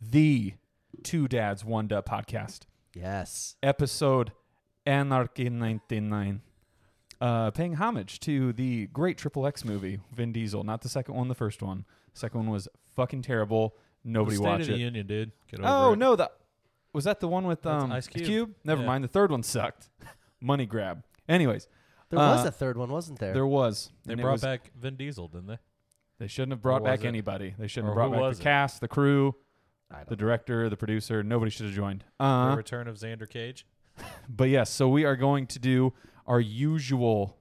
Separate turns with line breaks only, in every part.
the Two Dads One Duh podcast,
Yes.
episode Anarchy 99, uh, paying homage to the great Triple X movie, Vin Diesel. Not the second one, the first one. Second one was fucking terrible. Nobody
State
watched
of the
it.
Union, dude. Get over
Oh
it.
no, the was that the one with
That's
um,
Ice Cube.
Never
Yeah.
mind. The third one sucked. Money grab. Anyways,
There was
Uh,
a third one, wasn't there?
there was.
They
and it
brought
was-
back Vin Diesel, didn't they?
They shouldn't have brought
Or was
back
it?
anybody. They shouldn't
Or
have
who
brought back
was
the
it?
cast, the crew,
I don't
the
know.
director, the producer. Nobody should have joined.
The
Uh,
return of Xander Cage.
but yes, so we are going to do our usual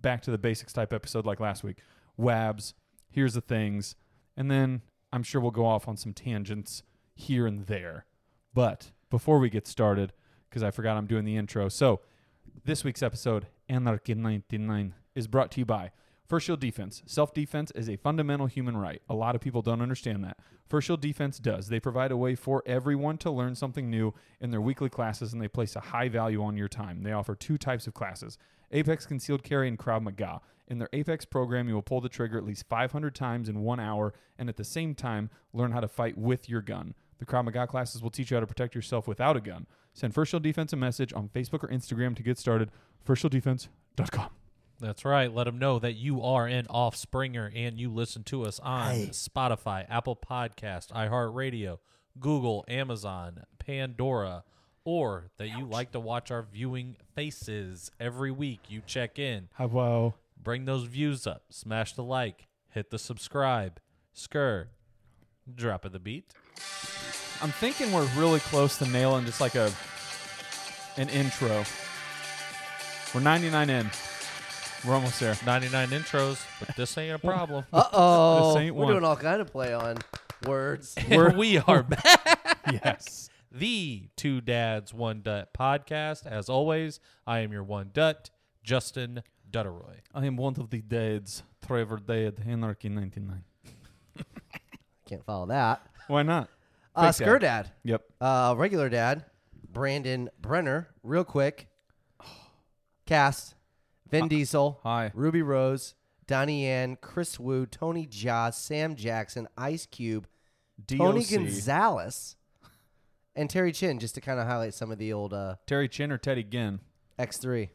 back to the basics type episode like last week. Wabs, here's the things, and then I'm sure we'll go off on some tangents here and there. But before we get started, because I forgot I'm doing the intro, so this week's episode, Anarchy 99, is brought to you by First Shield Defense. Self defense is a fundamental human right. A lot of people don't understand that. First Shield Defense does. They provide a way for everyone to learn something new in their weekly classes, and they place a high value on your time. They offer two types of classes Apex Concealed Carry and Krav Maga. In their Apex program, you will pull the trigger at least 500 times in one hour, and at the same time, learn how to fight with your gun. The Krav Maga classes will teach you how to protect yourself without a gun. Send First Shield Defense a message on Facebook or Instagram to get started. FirstShieldDefense.com.
That's right. Let them know that you are an offspringer and you listen to us on
Hey.
Spotify, Apple Podcast, iHeartRadio, Google, Amazon, Pandora, or that you like to watch our viewing faces every week. You check in,
Hello.
bring those views up, smash the like, hit the subscribe, skr, drop of the beat.
I'm thinking we're really close to nailing just like a an intro. We're 99 in. We're almost there.
99 intros, but this ain't a problem.
Uh oh.
This
We're
ain't one.
doing all kind of play on words.
We're, we are back.
Yes.
the Two Dads One Dut podcast. As always, I am your one Dut, Justin Dutteroy.
I am one of the dads, Trevor Dead, Anarchy 99.
Can't follow that.
Why not?
Uh,
Fix that.
Skur Dad.
Yep.
Uh, regular dad, Brandon Brenner, real quick. Cast, Vin Diesel,
Hi.
Ruby Rose, Donnie Yen, Chris Wu, Tony Jaa, Sam Jackson, Ice Cube, Tony
DOC.
Gonzalez, and Terry Chin, just to kind of highlight some of the old uh,
Terry Chin or Teddy Ginn?
X3.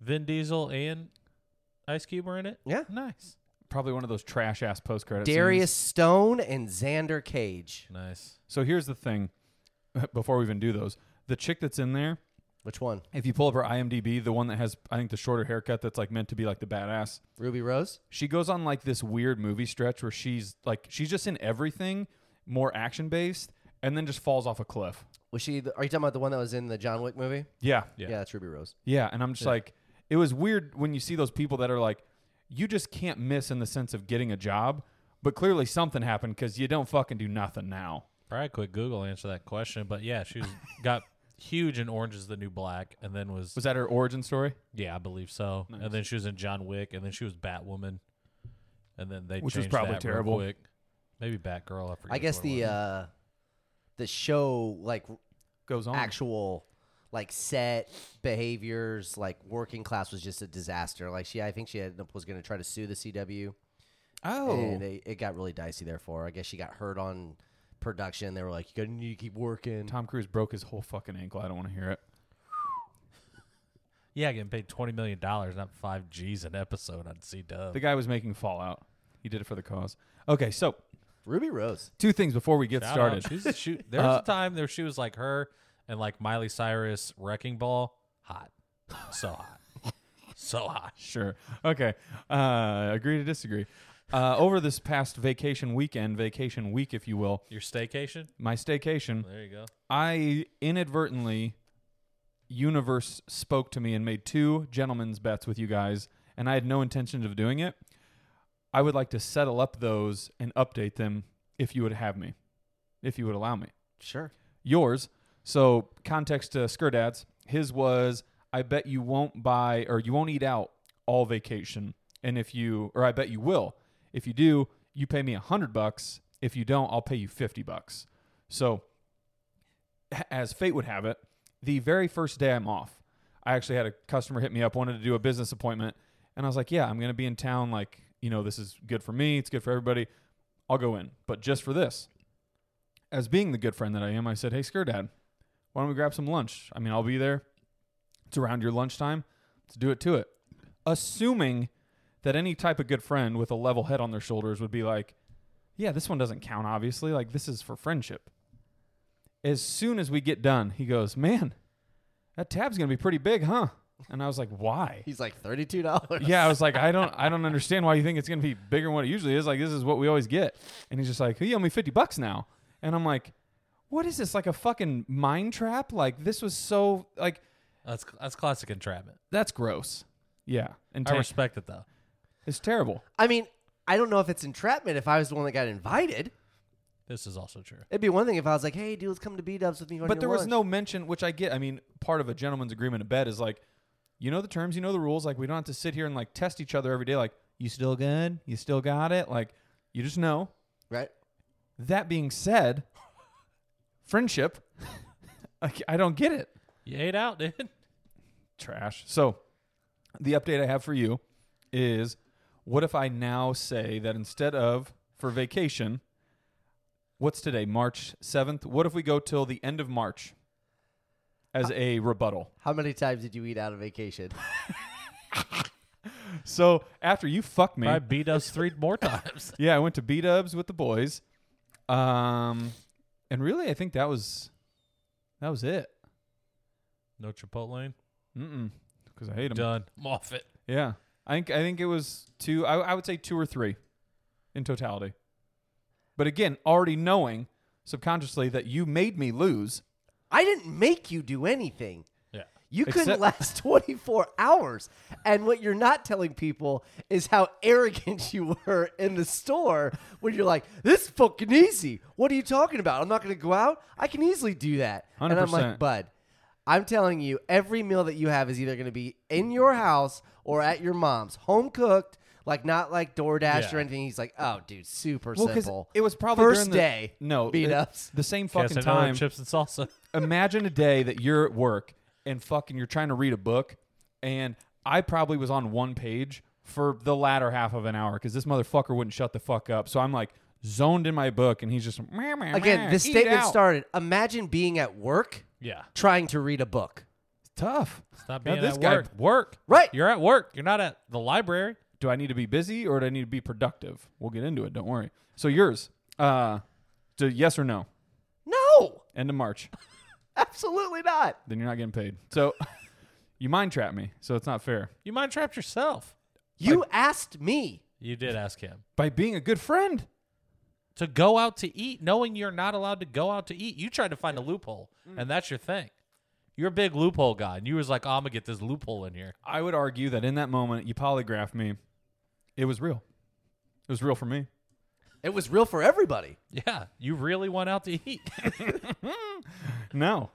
Vin Diesel and Ice Cube are in it.
Yeah.
Nice.
Probably one of those trash ass post credits.
Darius Stone and Xander Cage.
Nice.
So here's the thing before we even do those the chick that's in there,
Which one?
if you pull up her IMDb, the one that has, I think, the shorter haircut that's like meant to be like the badass.
Ruby Rose?
she goes on like this weird movie stretch where she's like she's just in everything more action based and then just falls off a cliff
Was she? The, are you talking about the one that was in the John Wick movie?
yeah
Yeah.
Yeah, that's Ruby Rose.
yeah and i'm just like it was weird when you see those people that are like you just can't miss in the sense of getting a job but clearly something happened because you don't fucking do nothing now
Probably quick Google answer that question, but yeah, she was, got huge in Orange is the New Black, and then was,
was that her origin story
yeah, I believe so. And then she was in John Wick, and then she was Batwoman, and then they
Which was
changed
probably
that real
terrible.
quick. Maybe Batgirl. I forget.
I
which
guess
one it
the
was.
uh, the show like
goes on
actual like set behaviors like working class was just a disaster. Like she, I think she had, was going to try to sue the CW,
oh
and it, it got really dicey. Therefore, I guess she got hurt on production. They were like, "You got to need to keep working."
tom cruise broke his whole fucking ankle i don't want to hear it
uh,
yeah, getting paid twenty million dollars, not five G's an episode on C Dub.
the guy was making fallout he did it for the cause okay so
Ruby Rose,
two things before we get
Shout out.
started
She's, she, there was a time there she was like her and like Miley Cyrus wrecking ball. Hot. So hot. so hot.
Sure. Okay. Uh, agree to disagree. Uh, over this past vacation weekend, vacation week, if you will,
Your staycation?
my staycation,
There you go.
I inadvertently, universe spoke to me and made two gentlemen's bets with you guys, and I had no intention of doing it. I would like to settle up those and update them if you would have me, if you would allow me
sure.
yours. So context to Skirdads, his was I bet you won't buy or you won't eat out all vacation, and if you or I bet you will. If you do, you pay me a hundred bucks. If you don't, I'll pay you fifty bucks. So, h- as fate would have it, the very first day I'm off, I actually had a customer hit me up, wanted to do a business appointment, and I was like, "Yeah, I'm going to be in town. Like, you know, this is good for me. It's good for everybody. I'll go in, but just for this." as being the good friend that I am, I said, "Hey, Scare Dad, why don't we grab some lunch? I mean, I'll be there. It's around your lunchtime. Let's do it to it." Assuming that any type of good friend with a level head on their shoulders would be like, "Yeah, this one doesn't count. Obviously, like this is for friendship." As soon as we get done, he goes, "Man, that tab's gonna be pretty big, huh?" And I was like, "Why?"
He's like thirty-two dollars.
yeah, I was like, I don't, I don't understand why you think it's gonna be bigger than what it usually is. Like, this is what we always get. And he's just like, you owe me fifty bucks now. And I'm like, what is this? Like a fucking mind trap? Like this was so like
That's that's classic entrapment.
that's gross. Yeah, and
I
ter-
respect it though.
it's terrible.
I mean, I don't know if it's entrapment. If I was the one that got invited,
This is also true.
it'd be one thing if I was like, "Hey, dude, let's come to B Dubs with me."
But there was no mention, which I get. I mean, part of a gentleman's agreement in bed is like, you know the terms, you know the rules. Like we don't have to sit here and like test each other every day. Like you still good? You still got it? Like you just know.
right.
That being said, friendship, like, I don't get it.
You ate out, dude.
trash. So, the update I have for you is what if I now say that instead of for vacation, what's today, March 7th? What if we go till the end of March as a rebuttal?
How many times did you eat out of vacation?
So, after you fuck me,
I beat us three more times.
yeah, I went to B Dubs with the boys. Um, and really, I think that was that was it.
No Chipotle.
Mm-mm, because I hate them.
Done. I'm off it.
Yeah, I think I think it was two. I, I would say two or three in totality. But again, already knowing subconsciously that you made me lose.
I didn't make you do anything.
Yeah.
You
Except-
couldn't last 24 hours. And what you're not telling people is how arrogant you were in the store when you're like, this is fucking easy. What are you talking about? I'm not going to go out. I can easily do that. And I'm
100%.
like, bud, I'm telling you, every meal that you have is either going to be in your house or at your mom's, home cooked, like not like DoorDash
Yeah.
or anything. He's like, oh, dude, super simple.
it was probably
First
during the-
day,
No,
beat
the,
ups.
the same
Guess
fucking
another
time.
Chips and salsa.
Imagine a day that you're at work and fucking you're trying to read a book, and I probably was on one page for the latter half of an hour because this motherfucker wouldn't shut the fuck up. So I'm like zoned in my book, and he's just "Meow, meow, meow,
Again, this
eat
statement
out."
started. Imagine being at work
Yeah.
trying to read a book.
tough.
Stop
Now
being
this
at
guy-
work. Work.
Right.
You're at work. You're not at the library.
do I need to be busy or do I need to be productive? We'll get into it. Don't worry. So yours, uh, to yes or no?
No,
End of March,
absolutely not.
then you're not getting paid. So you mind trap me, so it's not fair.
You mind trapped yourself.
You asked me.
You did ask him
By being a good friend,
to go out to eat, knowing you're not allowed to go out to eat. You tried to find a loophole, and that's your thing. You're a big loophole guy, and you was like, oh, "I'm gonna get this loophole in here."
I would argue that in that moment you polygraphed me. It was real. It was real for me.
It was real for everybody.
Yeah, you really went out to eat.
No,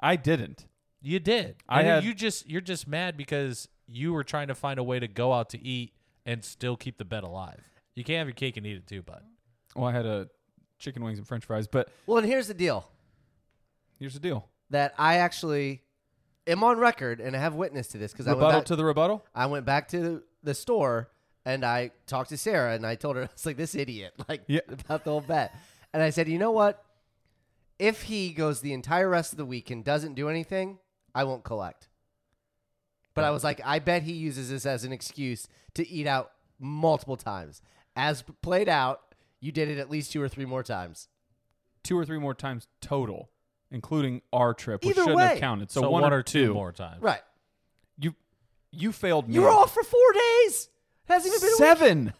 I didn't.
you did.
I
I
had-
you just you're just mad because you were trying to find a way to go out to eat and still keep the bet alive. You can't have your cake and eat it too, bud.
Well, I had a chicken wings and French fries, but
Well, and here's the deal
here's the deal.
that I actually am on record and I have witness to this because I, went
Rebuttal
back-
to the rebuttal.
I went back to the store and I talked to Sarah and I told her, I was like, this idiot, like,
Yeah.
about the whole bet. And I said, you know what? If he goes the entire rest of the week and doesn't do anything, I won't collect. But I was like, I bet he uses this as an excuse to eat out multiple times. As played out, you did it at least two or three more times.
Two or three more times total, including our trip, which
Either
shouldn't have
way.
counted. So, one, or two,
more times.
Right.
You you failed me.
You were off for four days. It hasn't even been a week.
seven.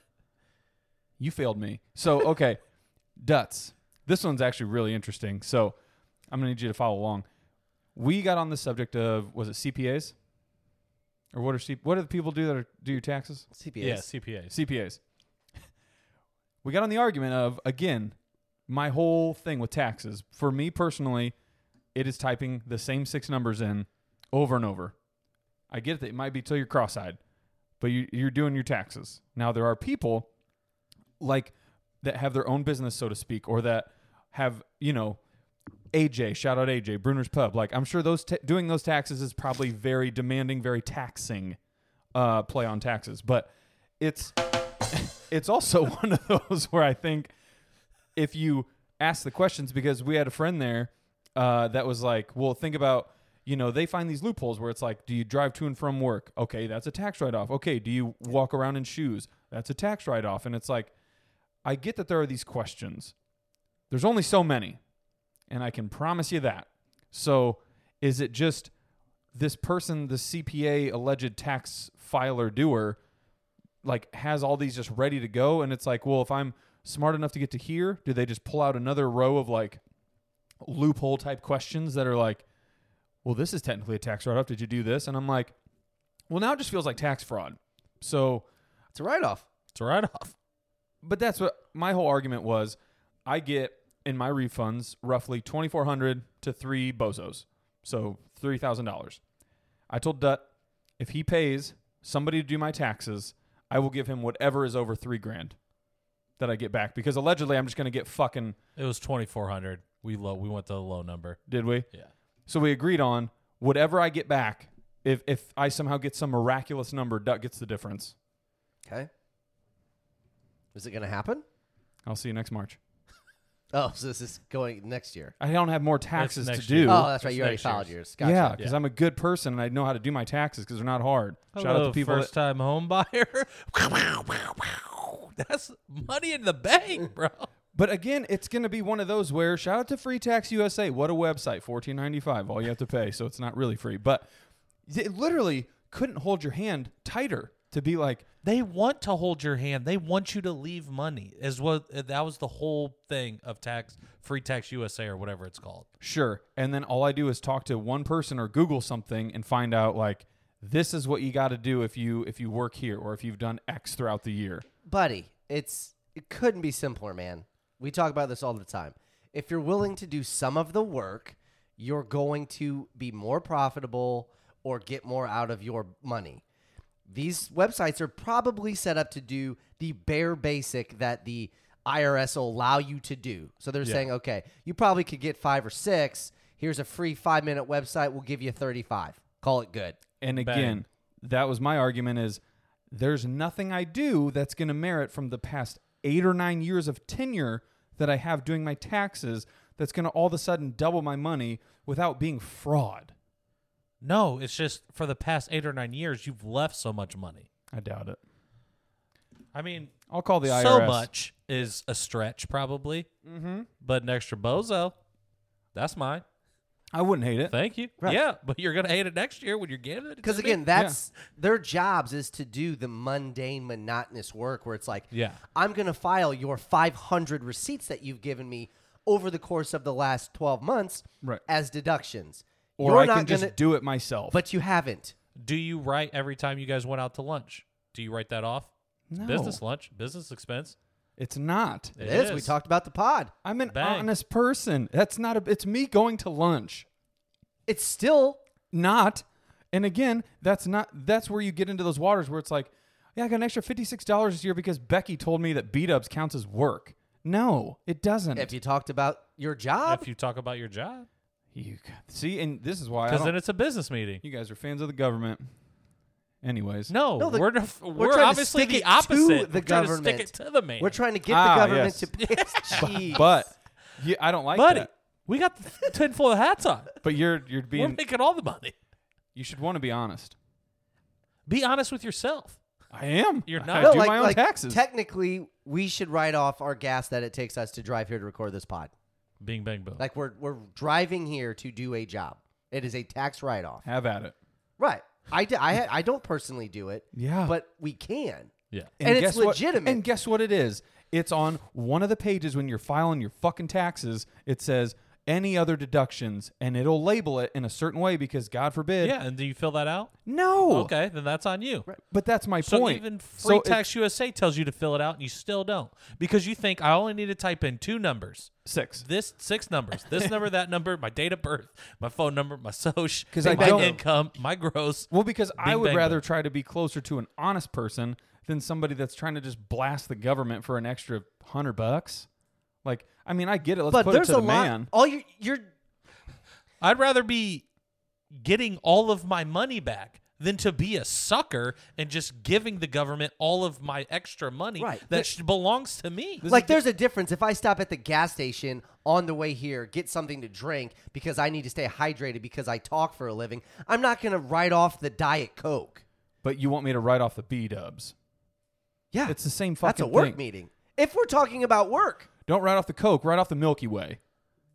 You failed me. So okay, Duts. This one's actually really interesting. So I'm gonna need you to follow along. We got on the subject of was it CPAs, or what are C- what do the people do that are, do your taxes?
CPAs.
Yeah, CPAs.
CPAs. We got on the argument of again, my whole thing with taxes. For me personally, it is typing the same six numbers in over and over. I get that it might be till you're cross-eyed, but you, you're doing your taxes. Now there are people like that have their own business, so to speak, or that have you know. AJ, shout out AJ, Bruner's Pub. Like, I'm sure those ta doing those taxes is probably very demanding, very taxing uh, play on taxes, but it's it's also one of those where I think if you ask the questions because we had a friend there uh, that was like, well, think about, you know, they find these loopholes where it's like, do you drive to and from work? Okay, that's a tax write off. Okay, do you walk around in shoes? That's a tax write off. And it's like, I get that there are these questions. There's only so many, and I can promise you that. So is it just this person, the CPA alleged tax filer doer, like has all these just ready to go and it's like well if i'm smart enough to get to here do they just pull out another row of like loophole type questions that are like well this is technically a tax write-off did you do this and i'm like well now it just feels like tax fraud so
It's a write off.
It's a write off.
but that's what my whole argument was i get in my refunds roughly 2400 to three bozos so $3000 i told dutt if he pays somebody to do my taxes i will give him whatever is over three grand that i get back because allegedly i'm just going to get fucking
It was twenty four hundred. We low. We went to the low number.
did we
Yeah.
so we agreed on whatever i get back if, if i somehow get some miraculous number dutt gets the difference
Okay. Is it going to happen?
i'll see you next march
Oh, so this is going next year.
i don't have more taxes to
next
do
year.
Oh, that's right.
it's
You already
next
filed
year's.
yours. Gotcha.
Yeah, because I'm a good person and I know how to do my taxes because they're not hard. Shout out
Hello,
to people.
Oh, first
that-
time home buyer. That's money in the bank, bro.
but again, it's going to be one of those where shout out to Free Tax USA. What a website, fourteen ninety five. All you have to pay, so it's not really free. But it literally couldn't hold your hand tighter to be like,
They want to hold your hand. They want you to leave money. Is what that was the whole thing of tax free tax USA or whatever it's called.
sure. And then all I do is talk to one person or Google something and find out like this is what you got to do if you if you work here or if you've done X throughout the year.
buddy, it's it couldn't be simpler, man. We talk about this all the time. If you're willing to do some of the work, you're going to be more profitable or get more out of your money. These websites are probably set up to do the bare basic that the IRS will allow you to do. So they're saying, okay, you probably could get five or six. Here's a free five minute website. We'll give you 35. Call it good.
And again, that was my argument is there's nothing I do that's going to merit from the past 8 or 9 years of tenure that I have doing my taxes that's going to all of a sudden double my money without being fraud.
No, it's just for the past eight or nine years you've left so much money.
I doubt it.
I mean,
I'll call the IRS.
so much is a stretch probably. Mm-hmm. But an extra bozo, that's mine.
I wouldn't hate it.
Thank you.
Right.
Yeah, but you're gonna hate it next year when you're getting it. to
Because
me.
again, that's their jobs is to do the mundane, monotonous work where it's like,
Yeah.
I'm going to file your 500 receipts that you've given me over the course of the last 12 months
Right.
as deductions.
Or
You're
I
not
can just
gonna-
do it myself.
but you haven't.
Do you write every time you guys went out to lunch? Do you write that off?
No.
Business lunch, business expense.
it's not.
It is. We talked about the pod.
I'm an
Bang.
honest person. That's not a it's me going to lunch.
It's still
not and again that's not that's where you get into those waters where it's like yeah i got an extra $56 this year because becky told me that beat ups counts as work no it doesn't
if you talked about your job.
if you talk about your job,
you c- see and this is why I
because then
don't-
it's a business meeting.
you guys are fans of the government anyways
No,
No, the-
we're def-
we're
we're,
trying to
obviously
stick it
the
to
opposite.
the
we're trying to stick
government.
it to the man.
We're trying to get
Ah,
the government
yes.
to pay. Jeez.
but yeah, i don't like
buddy.
that
We got the tinfoil hats on.
but you're you're
We're
being
making all the money.
you should want to be honest
Be honest with yourself.
i am
You're
i
not.
do
No,
my own taxes
Technically, we should write off our gas that it takes us to drive here to record this pod.
Bing bang boom.
Like we're we're driving here to do a job. It is a tax write off.
have at it
Right. I, d- I, ha- I don't personally do it.
Yeah.
But we can.
yeah.
And it's
guess what-
legitimate.
and guess what it is? It's on one of the pages when you're filing your fucking taxes. It says any other deductions, and it'll label it in a certain way because God forbid.
Yeah, and do you fill that out?
No.
Okay, then that's on you.
But that's my
So
point.
even Free
So it-
Tax USA tells you to fill it out, and you still don't because you think I only need to type in two numbers.
six.
This six numbers, this number, that number, my date of birth, my phone number, my social,
'Cause
my
I don't-
income, my gross.
Well, because I
Bing,
would
bang,
rather
boom.
try to be closer to an honest person than somebody that's trying to just blast the government for an extra hundred bucks. Like, I mean, I get it. Let's
But
put it
there's
to
a
the
lot.
man.
All you, you're
I'd rather be getting all of my money back than to be a sucker and just giving the government all of my extra money
Right.
that sh- belongs to me.
like there's a difference if I stop at the gas station on the way here, get something to drink because I need to stay hydrated because I talk for a living. I'm not going to write off the diet coke.
But you want me to write off the B dubs.
Yeah.
It's the same fucking
that's a work
thing.
meeting. If we're talking about work.
Don't write off the Coke, write off the Milky Way.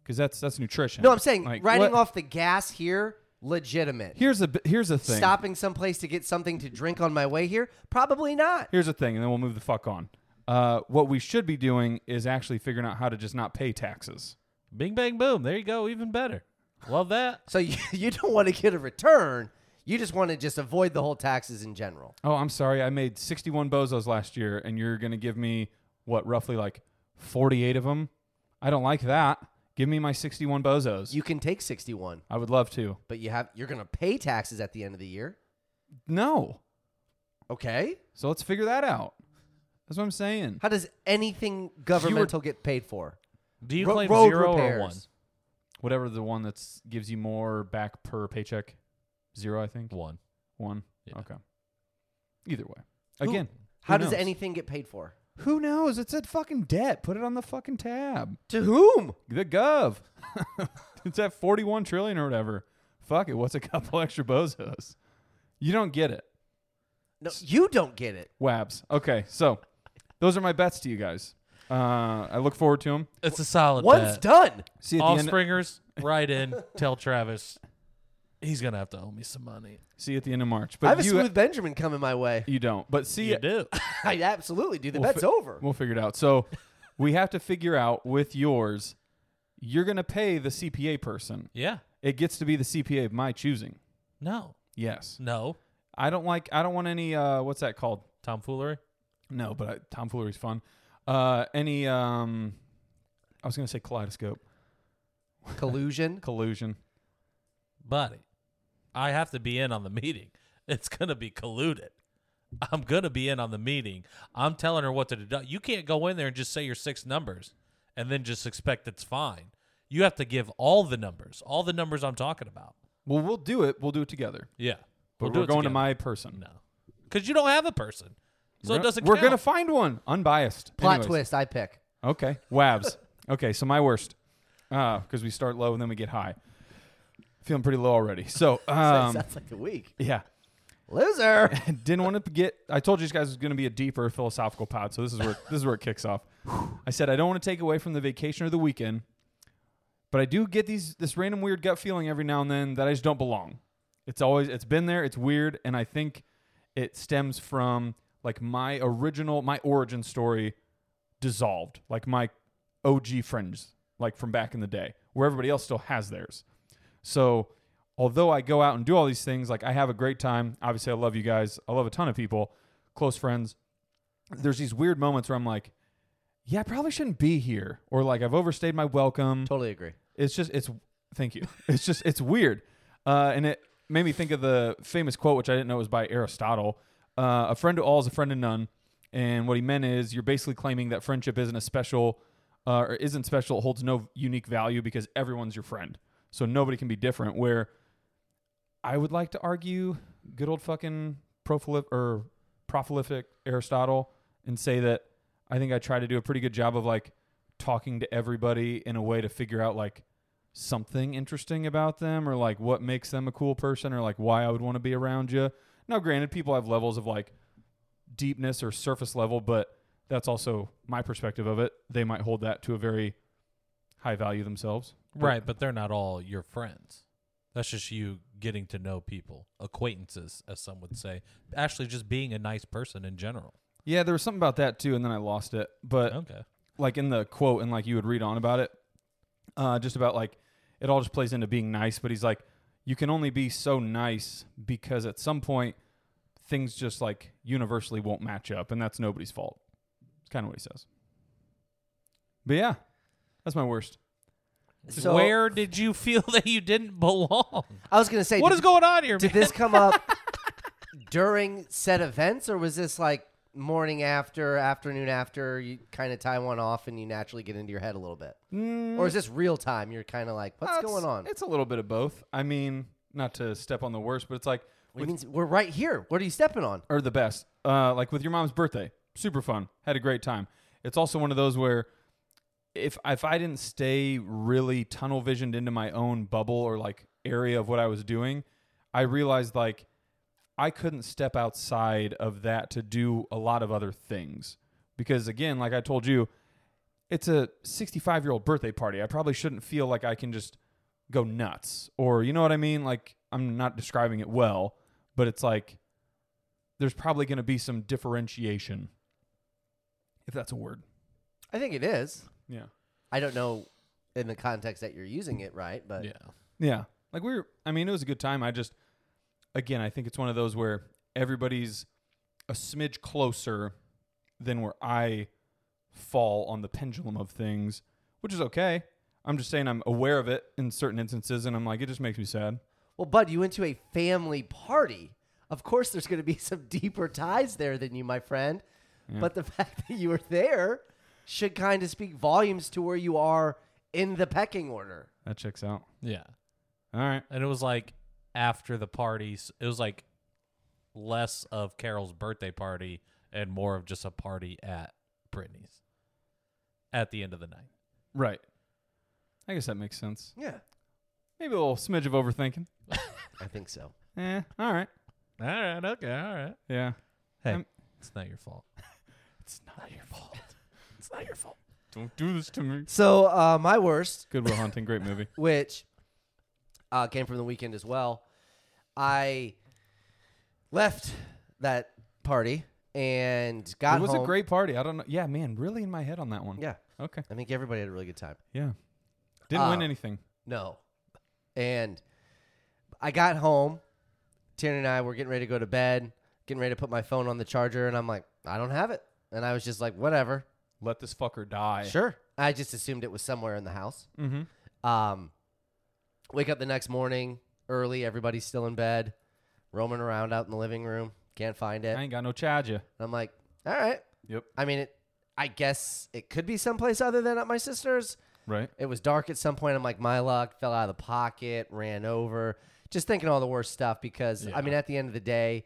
Because that's that's nutrition.
No, I'm saying
Like,
writing
what-
off the gas here legitimate.
Here's a bi- here's a thing.
Stopping someplace to get something to drink on my way here? Probably not.
Here's the thing, and then we'll move the fuck on. Uh, what we should be doing is actually figuring out how to just not pay taxes.
Bing bang boom. There you go. Even better. Love that.
So you, you don't want to get a return. You just want to just avoid the whole taxes in general.
Oh, I'm sorry, I made 61 bozos last year, and you're gonna give me what roughly like 48 of them. I don't like that. Give me my 61 bozos.
You can take 61,
I would love to.
but you have you're going to pay taxes at the end of the year.
No.
Okay?
So let's figure that out. That's what I'm saying.
How does anything governmental get paid for?
Do you
Ro-
claim
road
zero
repairs.
or one?
Whatever the one that gives you more back per paycheck, zero, I think.
One.
One.
Yeah.
Okay. Either way. Again.
How
who
does
knows?
anything get paid for?
Who knows? It's a fucking debt. Put it on the fucking tab.
To whom?
The gov. it's at 41 trillion or whatever. Fuck it. What's a couple extra bozos? You don't get it.
No, you don't get it.
Wabs. Okay. So those are my bets to you guys. Uh, I look forward to them.
It's a solid
One's
bet.
done.
See you at
All
the end.
springers, right in. Tell Travis he's gonna have to owe me some money.
see you at the end of March.
I have
But
a
you,
smooth Benjamin coming my way.
you don't. But see
You do.
I absolutely do. The
We'll
bet's
fi-
over.
We'll figure it out. So we have to figure out with yours. You're gonna pay the CPA person.
yeah.
It gets to be the CPA of my choosing.
No.
Yes.
No.
I don't like. I don't want any. Uh, what's that called?
Tomfoolery.
No, but I, tomfoolery's fun. Uh, any. Um, I was gonna say kaleidoscope
Collusion.
collusion.
Buddy, I have to be in on the meeting. It's gonna be colluded. I'm gonna be in on the meeting. I'm telling her what to deduct. You can't go in there and just say your six numbers and then just expect it's fine. You have to give all the numbers, all the numbers I'm talking about.
Well, we'll do it. We'll do it together.
Yeah,
But
We'll
we're
do it
going to
together.
my person.
no, because you don't have a person, so
We're
it
gonna-
doesn't.
We're
count.
gonna find one unbiased.
Plot
Anyways.
twist. I pick.
Okay. Wabs. okay, so my worst. Uh, because we start low and then we get high. Feeling pretty low already. So um
Sounds like the week.
yeah.
Loser.
Didn't want to get I told you guys it was gonna be a deeper philosophical pod, so this is where this is where it kicks off. I said I don't want to take away from the vacation or the weekend, but I do get these this random weird gut feeling every now and then that I just don't belong. It's always it's been there, it's weird, and I think it stems from like my original my origin story dissolved, like my OG friends, like from back in the day, where everybody else still has theirs. So, although I go out and do all these things, like I have a great time. Obviously, I love you guys. I love a ton of people, close friends. There's these weird moments where I'm like, yeah, I probably shouldn't be here, or like I've overstayed my welcome.
totally agree.
It's just it's thank you. It's just it's weird, uh, and it made me think of the famous quote, which I didn't know was by Aristotle: uh, "A friend to all is a friend to none." And what he meant is you're basically claiming that friendship isn't a special, uh, or isn't special, holds no unique value because everyone's your friend, so nobody can be different. Where I would like to argue, good old fucking profilip or prolific Aristotle, and say that I think I try to do a pretty good job of like talking to everybody in a way to figure out like something interesting about them or like what makes them a cool person or like why I would want to be around you. Now, granted, people have levels of like deepness or surface level, but that's also my perspective of it. They might hold that to a very high value themselves.
right? But they're not all your friends. That's just you getting to know people, acquaintances, as some would say. Actually, just being a nice person in general.
Yeah, there was something about that too, and then I lost it. But
Okay.
like in the quote and like you would read on about it uh just about like it all just plays into being nice but he's like you can only be so nice because at some point things just like universally won't match up and that's nobody's fault it's kind of what he says but yeah that's my worst
So
Where did you feel that you didn't belong?
I was gonna say,
What
did-
is going on here,
did
man?
this come up during set events, or was this like morning after, afternoon after? You kind of tie one off, and you naturally get into your head a little bit, or is this real time? You're kind of like, what's
Uh, it's-
going on?
it's a little bit of both i mean not to step on the worst but it's like
What do you mean? We're right here. What are you stepping on?
are the best. Uh, like with your mom's birthday, super fun. Had a great time. It's also one of those where if if I didn't stay really tunnel visioned into my own bubble or like area of what I was doing, I realized like I couldn't step outside of that to do a lot of other things because again, like I told you, it's a 65 year old birthday party. I probably shouldn't feel like I can just go nuts or you know what I mean. Like I'm not describing it well, but it's like there's probably going to be some differentiation, if that's a word.
I think it is.
Yeah.
I don't know in the context that you're using it right, but
Yeah.
Yeah. Like we were, I mean, it was a good time. I just, again, I think it's one of those where everybody's a smidge closer than where I fall on the pendulum of things, which is okay. I'm just saying I'm aware of it in certain instances, and I'm like, it just makes me sad.
well, bud, you went to a family party. Of course, there's going to be some deeper ties there than you, my friend. But the fact that you were there should kind of speak volumes to where you are in the pecking order.
That checks out.
Yeah.
All right.
And it was like after the parties, it was like less of Carol's birthday party and more of just a party at Brittany's at the end of the night.
Right. I guess that makes sense.
Yeah,
Maybe a little smidge of overthinking.
I think so.
Eh, all right.
All right. Okay. All right.
Yeah.
Hey,
I'm-
it's not your fault. it's not your fault. It's not your fault.
Don't do this to me.
So uh, my worst,
Goodwill Hunting, great movie.
which uh, came from the weekend as well, I left that party and got
it was
home.
a great party. I don't know. Yeah, man, really in my head on that one.
Yeah,
Okay.
I think everybody had a really good time.
Yeah. Didn't win
Uh,
anything.
No. And I got home. Tanner and I were getting ready to go to bed, getting ready to put my phone on the charger, and I'm like, I don't have it. And I was just like, whatever.
Let this fucker die.
Sure. I just assumed it was somewhere in the house.
Mm-hmm.
Um, wake up the next morning early. Everybody's still in bed, roaming around out in the living room. Can't find it.
I ain't got no charger.
I'm like, all right.
Yep.
I mean, it, I guess it could be someplace other than at my sister's.
Right.
It was dark at some point. I'm like, my luck fell out of the pocket, ran over, just thinking all the worst stuff because, I
Yeah.
mean, at the end of the day,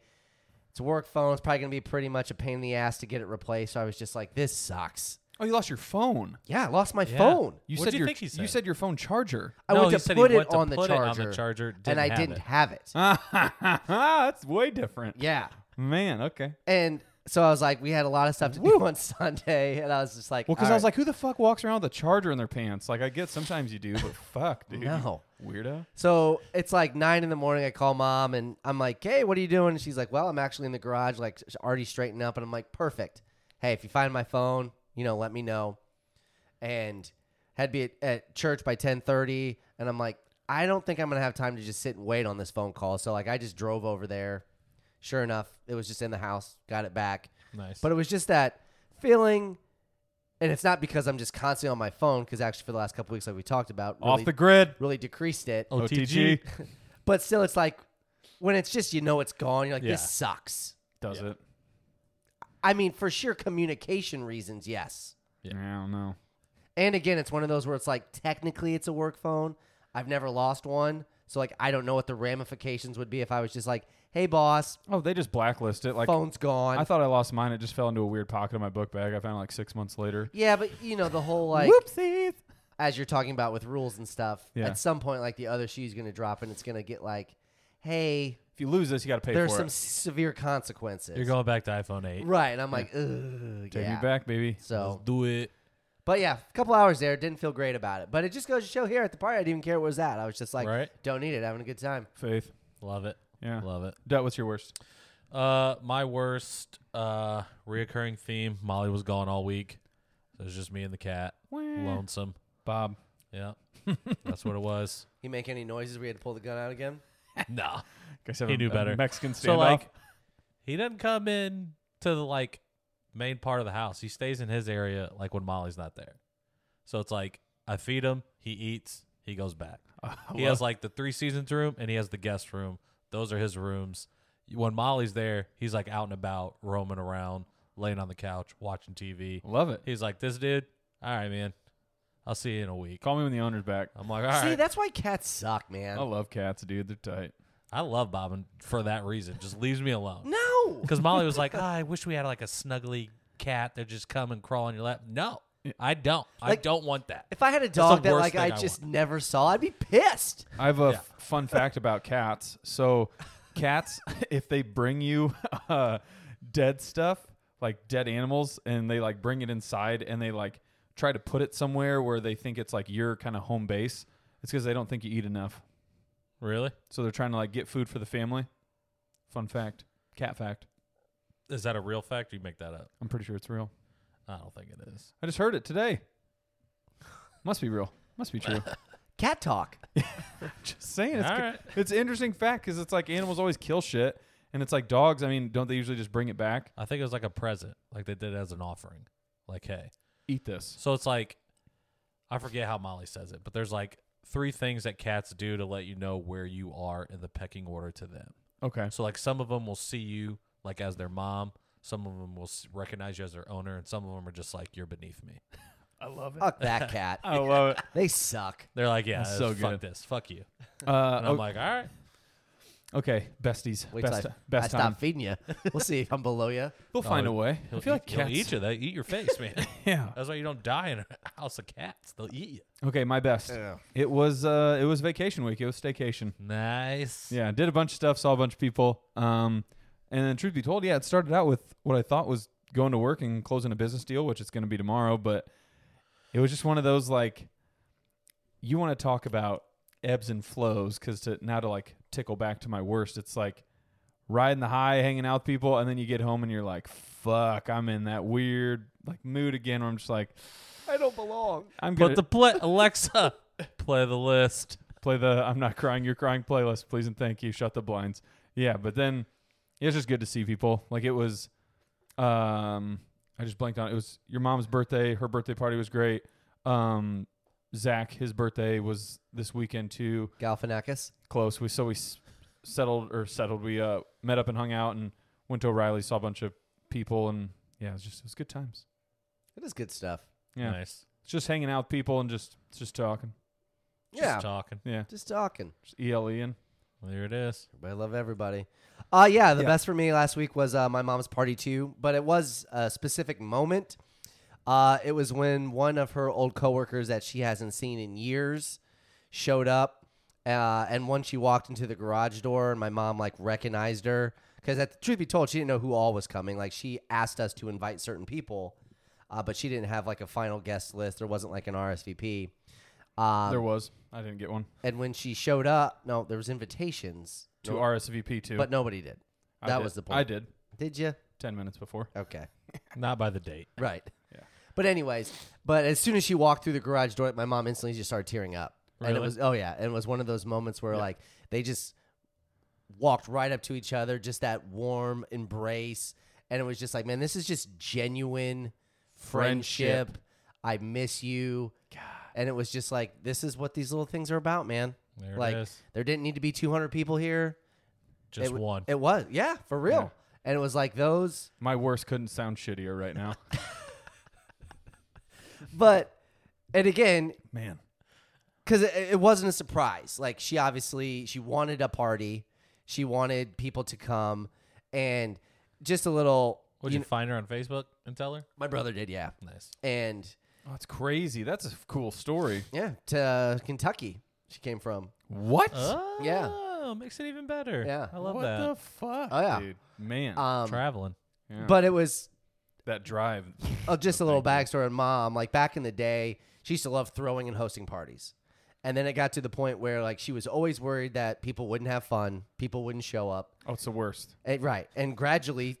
it's a work phone. It's probably going to be pretty much a pain in the ass to get it replaced. So I was just like, this sucks.
Oh, you lost your phone.
Yeah, I lost my
Yeah.
phone.
You
What'd
said
you
your
think he said?
you said your phone charger.
I
No,
went
he
to
said he
put,
went
it,
to
on the
put it
charger,
on the charger,
and
didn't
I
have
didn't
it.
have it.
That's way different.
Yeah.
Man, okay.
And so I was like, we had a lot of stuff to do on Sunday. And I was just like,
Well, because
all
I was
right.
like, who the fuck walks around with a charger in their pants? Like, I get sometimes you do, but fuck, dude.
No.
you Weirdo.
So it's like nine in the morning. I call mom and I'm like, hey, what are you doing? And she's like, well, I'm actually in the garage, like s- already straightening up. And I'm like, perfect. Hey, if you find my phone, you know, let me know. And had to be at, at church by 1030. And I'm like, I don't think I'm going to have time to just sit and wait on this phone call. So like I just drove over there. Sure enough, it was just in the house, got it back.
Nice.
But it was just that feeling. And it's not because I'm just constantly on my phone, because actually for the last couple weeks, like we talked about,
Off
really-
the grid.
really decreased it.
OTG.
But still, it's like when it's just you know it's gone. You're like,
Yeah.
this sucks.
Does it?
I mean, for sheer communication reasons, yes.
Yeah.
I don't know.
And again, it's one of those where it's like technically it's a work phone. I've never lost one, so like I don't know what the ramifications would be if I was just like, "Hey, boss,
Oh, they just blacklist it. Like,
phone's gone."
I thought I lost mine. It just fell into a weird pocket of my book bag. I found it like six months later.
yeah, but you know the whole like
Whoopsies.
as you're talking about with rules and stuff.
Yeah.
At some point, like the other shoe's gonna drop and it's gonna get like, "Hey,
If you lose this, you got to pay
there's
for
some
it.
severe consequences."
You're going back to iPhone 8.
right, and I'm like, "Ugh,
Take
yeah."
me back, baby.
So
Let's do it.
But yeah, a couple hours there, didn't feel great about it. But it just goes to show here at the party, I didn't even care what was at. I was just like,
Right.
don't need it, having a good time.
Faith.
Love it.
Yeah.
Love it.
That what's your worst?
Uh, my worst uh reoccurring theme. Molly was gone all week, so it was just me and the cat,
Mm.
lonesome.
Bob.
Yeah, that's what it was.
You make any noises, we had to pull the gun out again.
Nah.
Guess I
He knew better.
Mexican standoff.
So like, he doesn't come in to the like main part of the house. He stays in his area like when Molly's not there. So it's like I feed him, he eats, he goes back. he has like the three seasons room and he has the guest room. Those are his rooms. When Molly's there, he's like out and about, roaming around, laying on the couch, watching TV.
love it.
He's like, "This dude, all right, man. I'll see you in a week."
Call me when the owner's back.
I'm like, "All right." Oh.
See, that's why cats suck, man.
I love cats, dude. They're tight.
I love Bobbin for that reason. Just leaves me alone.
No.
Because Molly was like, "Ah, I wish we had like a snuggly cat that just come and crawl on your lap. No, I don't. I
Like-
don't want that.
If I had a
the
dog that
worst
like
thing
I
I
just never saw, I'd be pissed.
I have a f- fun fact about cats. So, cats, if they bring you uh, dead stuff, like dead animals, and they like bring it inside and they like try to put it somewhere where they think it's like your kind of home base, it's because they don't think you eat enough.
Really?
So they're trying to like get food for the family. Fun fact, cat fact.
Is that a real fact? Or you make that up?
I'm pretty sure it's real.
I don't think it is.
I just heard it today. Must be real. Must be true.
Cat talk.
just saying. It's,
All
ca-
right.
it's an interesting fact because it's like animals always kill shit, and it's like dogs. I mean, don't they usually just bring it back?
I think it was like a present, like they did as an offering. Like, hey,
Eat this.
so it's like, I forget how Molly says it, but there's like three things that cats do to let you know where you are in the pecking order to them.
Okay.
So like some of them will see you like as their mom, some of them will s- recognize you as their owner, and some of them are just like you're beneath me.
Fuck that cat.
I love it.
They suck.
They're like,
Uh,
yeah, uh,
That's so
fuck
good.
this, fuck you.
Uh,
And
o-
I'm like, all right,
okay, besties.
Wait till
best
I,
best
I
time.
stop feeding you. We'll see if I'm below you.
They'll find
Oh,
a way. I
he'll
feel
eat,
like
he'll
cats.
eat you. They eat your face, man.
Yeah.
That's why you don't die in a house of cats. They'll eat you.
Okay, my best. It was uh, it was vacation week. It was staycation.
Nice.
Yeah, did a bunch of stuff, saw a bunch of people. Um, and then truth be told, yeah, it started out with what I thought was going to work and closing a business deal, which it's going to be tomorrow. But it was just one of those like, you want to talk about ebbs and flows because to now to like tickle back to my worst, it's like riding the high, hanging out with people, and then you get home and you're like, fuck, I'm in that weird like mood again where I'm just like,
I don't belong.
I'm
Put
gonna
the play, Alexa, play the list.
play the I'm not crying, you're crying playlist, please and thank you. Shut the blinds. Yeah, but then it's just good to see people. Like it was um I just blanked on it. It was your mom's birthday, her birthday party was great. Um Zach, his birthday was this weekend too.
Galifianakis.
Close. We so we s- settled or settled. We uh met up and hung out and went to O'Reilly, saw a bunch of people and yeah, it was just it was good times.
It is good stuff.
Yeah.
Nice.
It's just hanging out with people and just just talking.
Just
yeah.
talking.
Yeah.
just talking.
Just E ELE and
There it is.
I love everybody. Uh, yeah, the
Yeah.
best for me last week was uh, my mom's party too, but it was a specific moment. Uh, it was when one of her old coworkers that she hasn't seen in years showed up, uh, and once she walked into the garage door, and my mom like recognized her because, truth be told, she didn't know who all was coming. Like she asked us to invite certain people, uh, but she didn't have like a final guest list. There wasn't like an RSVP. Um,
there was. I didn't get one.
and when she showed up, no, there was invitations,
To RSVP too.
but nobody did.
I
That
did.
was the
I
point.
did
Did you?
ten minutes before.
Okay.
Not by the date.
Right.
Yeah.
But anyways, but as soon as she walked through the garage door, my mom instantly just started tearing up. And it
Really?
was oh yeah, and it was one of those moments where like they just walked right up to each other, just that warm embrace, and it was just like, man, this is just genuine friendship.
Friendship.
I miss you. And it was just like this is what these little things are about, man.
There
like
it is.
there didn't need to be 200 people here.
Just
it, w-
one.
It was. Yeah, for real.
Yeah.
And it was like those
My worst couldn't sound shittier right now.
But and again,
Man.
because it, it wasn't a surprise. Like she obviously she wanted a party, she wanted people to come, and just a little.
Would
you
you,
kn-
find her on Facebook and tell her?
my brother did, yeah,
Nice.
and
Oh, that's crazy. That's a f- cool story.
yeah to uh, Kentucky she came from.
What?
Oh,
Yeah.
Makes it even better.
Yeah.
I love
what
that.
the fuck?
Oh, yeah.
Dude. Man.
Um,
Traveling.
Yeah.
but it was
that drive.
oh, just a little backstory on mom. Like back in the day, she used to love throwing and hosting parties. And then it got to the point where like she was always worried that people wouldn't have fun, people wouldn't show up.
Oh, it's the worst.
Eh, right, and gradually,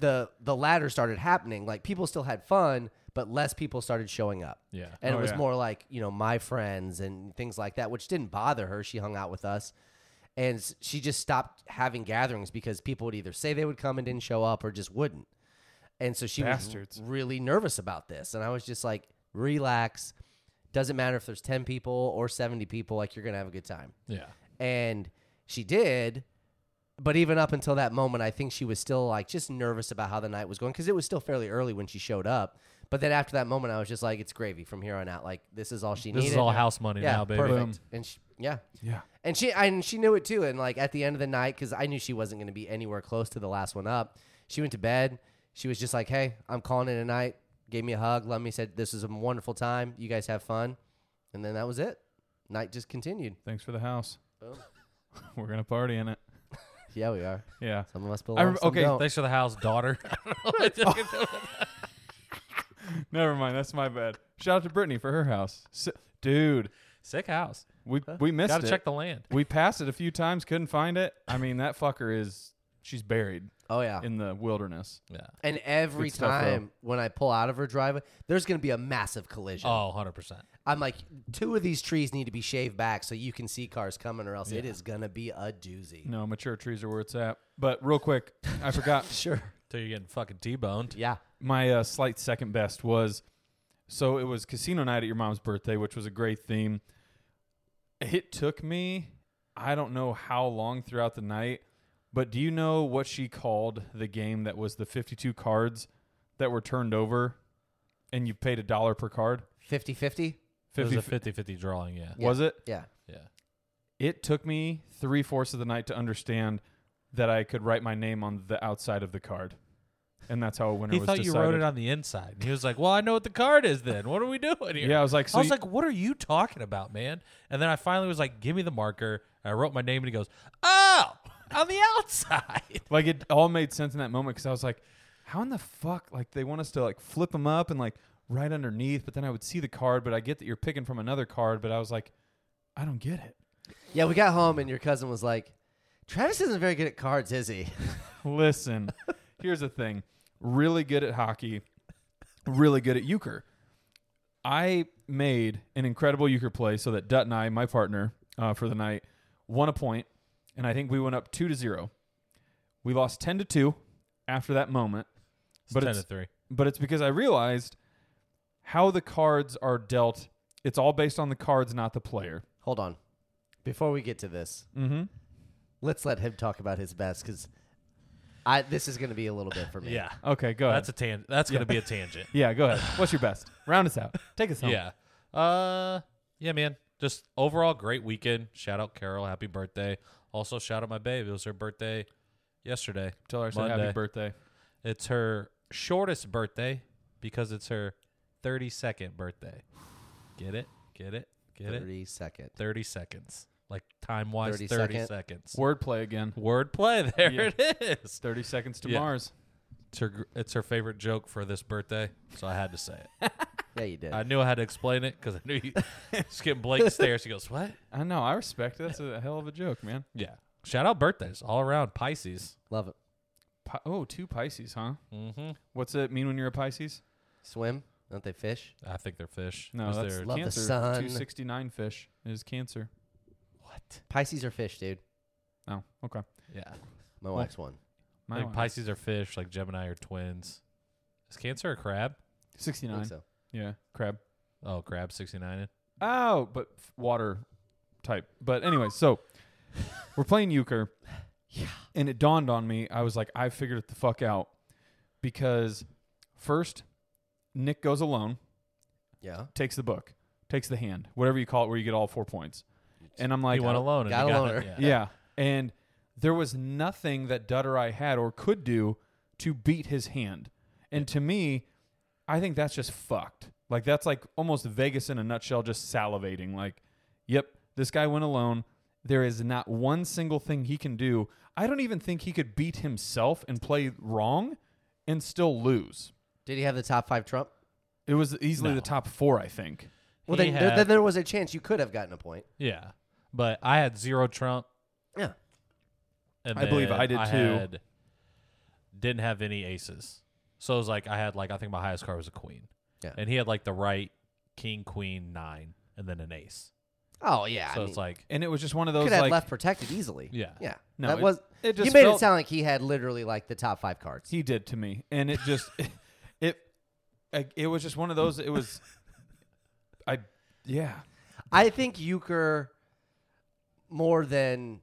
the the latter started happening. Like people still had fun, but less people started showing up,
Yeah.
and
Oh,
it was
yeah.
more like you know my friends and things like that, which didn't bother her. She hung out with us, and s- she just stopped having gatherings because people would either say they would come and didn't show up or just wouldn't. And so she
Bastards.
was r- really nervous about this, and I was just like, relax. Doesn't matter if there's ten people or seventy people. Like you're gonna have a good time
Yeah.
and she did but even up until that moment i think she was still like just nervous about how the night was going because it was still fairly early when she showed up but then after that moment i was just like it's gravy from here on out like this is all she
This
needed
is all house money
yeah
now, baby.
perfect and she, Yeah.
Yeah.
And she and she knew it too. And like at the end of the night, because I knew she wasn't going to be anywhere close to the last one up, she went to bed. She was just like, "Hey, I'm calling it a night." Gave me a hug. Loved me. Said, "This was a wonderful time. You guys have fun." And then that was it. Night just continued.
Thanks for the house.
Boom.
We're gonna party in it.
Yeah, we are.
Yeah.
Some of us
I
belong.
rem-
some
okay,
don't.
Thanks for the house, daughter.
Never mind. That's my bad. Shout out to Brittany for her house, S- dude.
Sick house.
We we missed
Got to
it.
check the land.
we passed it a few times, couldn't find it. I mean, that fucker is she's buried
oh yeah.
in the wilderness.
Yeah.
And every
Good stuff, though.
time when I pull out of her driveway, there's going to be a massive collision.
Oh, 100%.
I'm like, two of these trees need to be shaved back so you can see cars coming, or else it is going to be a doozy.
No, mature trees are where it's at. But real quick, I forgot.
Sure.
Till you're getting fucking T-boned.
Yeah.
my uh, slight second best was so it was casino night at your mom's birthday, which was a great theme. It took me, I don't know how long throughout the night, but do you know what she called the game that was the 52 cards that were turned over and you paid a dollar per card?
50 50?
It was
50,
a 50-50 drawing, yeah.
was it?
Yeah.
Yeah.
It took me three fourths of the night to understand that I could write my name on the outside of the card. And that's how a winner
He
was
thought
decided.
you wrote it on the inside. And he was like, well, I know what the card is then. What are we doing here?
yeah, I was like, so
I was
you-
like, what are you talking about, man? And then I finally was like, give me the marker. And I wrote my name and he goes, oh, on the outside.
like it all made sense in that moment because I was like, how in the fuck like they want us to like flip them up and like right underneath, but then I would see the card, but I get that you're picking from another card, but I was like, I don't get it.
Yeah, we got home, and your cousin was like, Travis isn't very good at cards, is he?
Listen, here's the thing: really good at hockey, really good at euchre. I made an incredible euchre play so that Dutt and I, my partner uh, for the night, won a point, and I think we went up two to zero. We lost ten to two after that moment.
It's
But
10
it's-
to 3.
but it's because I realized how the cards are dealt. It's all based on the cards, not the player.
Hold on. Before we get to this,
Mm-hmm.
let's let him talk about his best because I this is going to be a little bit for me.
Yeah.
Okay, go
That's a
ahead.
tan- That's going to be a tangent.
yeah, go ahead. What's your best? Round us out. Take us home.
Yeah. Uh yeah, man. Just overall great weekend. Shout out Carol, happy birthday. Also shout out my babe. It was her birthday yesterday.
Tell her I said happy
Monday.
birthday.
It's her shortest birthday because it's her 32nd birthday. Get it? Get it? Get it?
30 second.
30 seconds. Like time wise
30
30,
second.
seconds.
Wordplay again.
Word play there
Yeah.
it is.
Thirty seconds to
Yeah.
Mars.
It's her gr- it's her favorite joke for this birthday, so I had to say it.
Yeah, you did.
I knew I had to explain it cuz I knew you skip Blake stairs. She goes, "What?"
I know. I respect it. That's a hell of a joke, man.
Yeah. Shout out birthdays all around. Pisces.
Love it.
Pi- oh, two Pisces, huh?
Mm-hmm.
What's it mean when you're a Pisces?
Swim. Don't they fish?
I think they're fish.
No,
Is
that's
there-
Love the
cancer.
sun.
Two sixty nine fish is cancer.
what?
Pisces are fish, dude.
Oh, okay.
Yeah.
My wife's one.
I
My
think Pisces are fish. Like Gemini are twins. Is Cancer a crab?
sixty
I think
nine.
so.
Yeah, crab.
Oh, crab sixty nine.
Oh, but f- water type. But anyway, so we're playing euchre. And it dawned on me. I was like, I figured it the fuck out. Because first, Nick goes alone,
Yeah.
takes the book, takes the hand, whatever you call it, where you get all four points. And I'm like, "Oh,
He went alone. and
got
he
a
got
loner.
it. Yeah.
yeah. And there was nothing that Dutter I had or could do to beat his hand. And to me, I think that's just fucked. Like that's like almost Vegas in a nutshell, just salivating. Like, yep, this guy went alone. There is not one single thing he can do. I don't even think he could beat himself and play wrong and still lose.
Did he have the top five Trump?
It was easily
No.
the top four, I think.
Well,
He
then, there,
had-
then there was a chance you could have gotten a point.
Yeah. But I had zero Trump.
Yeah.
And
I believe
then
I did too.
had- didn't have any aces. So it was like I had like I think my highest card was a queen.
Yeah.
And he had like the right king, queen, nine, and then an ace.
Oh yeah.
So
I mean,
it's like
And it was just one of those
could have
like
left protected easily.
Yeah.
Yeah.
No,
that
it-
was.
it just
you made it
felt-
sound like he had literally like the top five cards.
He did to me, and it just it it, it was just one of those. It was I yeah
I think euchre more than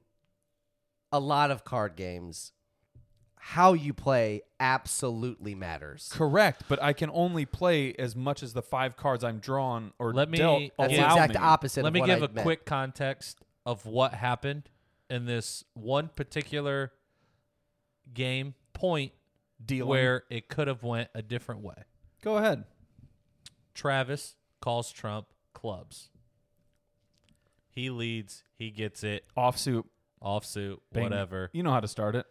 a lot of card games. How you play absolutely matters.
correct, but I can only play as much as the five cards I'm drawn or
Let me-
dealt
That's
That's the
allow
exact
me.
opposite.
Let
of
me
what
give
I
a
meant.
quick context of what happened in this one particular game point
Deal
where it could have went a different way.
Go ahead.
Travis calls Trump clubs. He leads, he gets it,
Offsuit.
offsuit,
Bing.
whatever.
You know how to start it.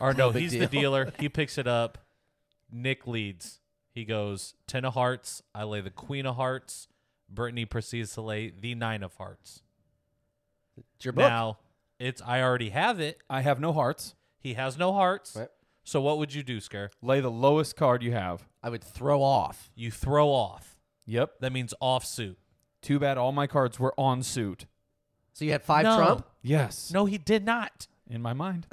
Or no,
big
he's the
deal.
dealer. He picks it up. Nick leads. He goes ten of hearts. I lay the queen of hearts. Brittany proceeds to lay the nine of hearts.
It's your book.
Now it's I already have it.
I have no hearts.
He has no hearts.
Right.
So what would you do, Scare?
Lay the lowest card you have.
I would throw off.
You throw off.
Yep.
That means offsuit.
Too bad all my cards were on suit.
So you had five
No.
Trump.
Yes.
No, he did not.
In my mind.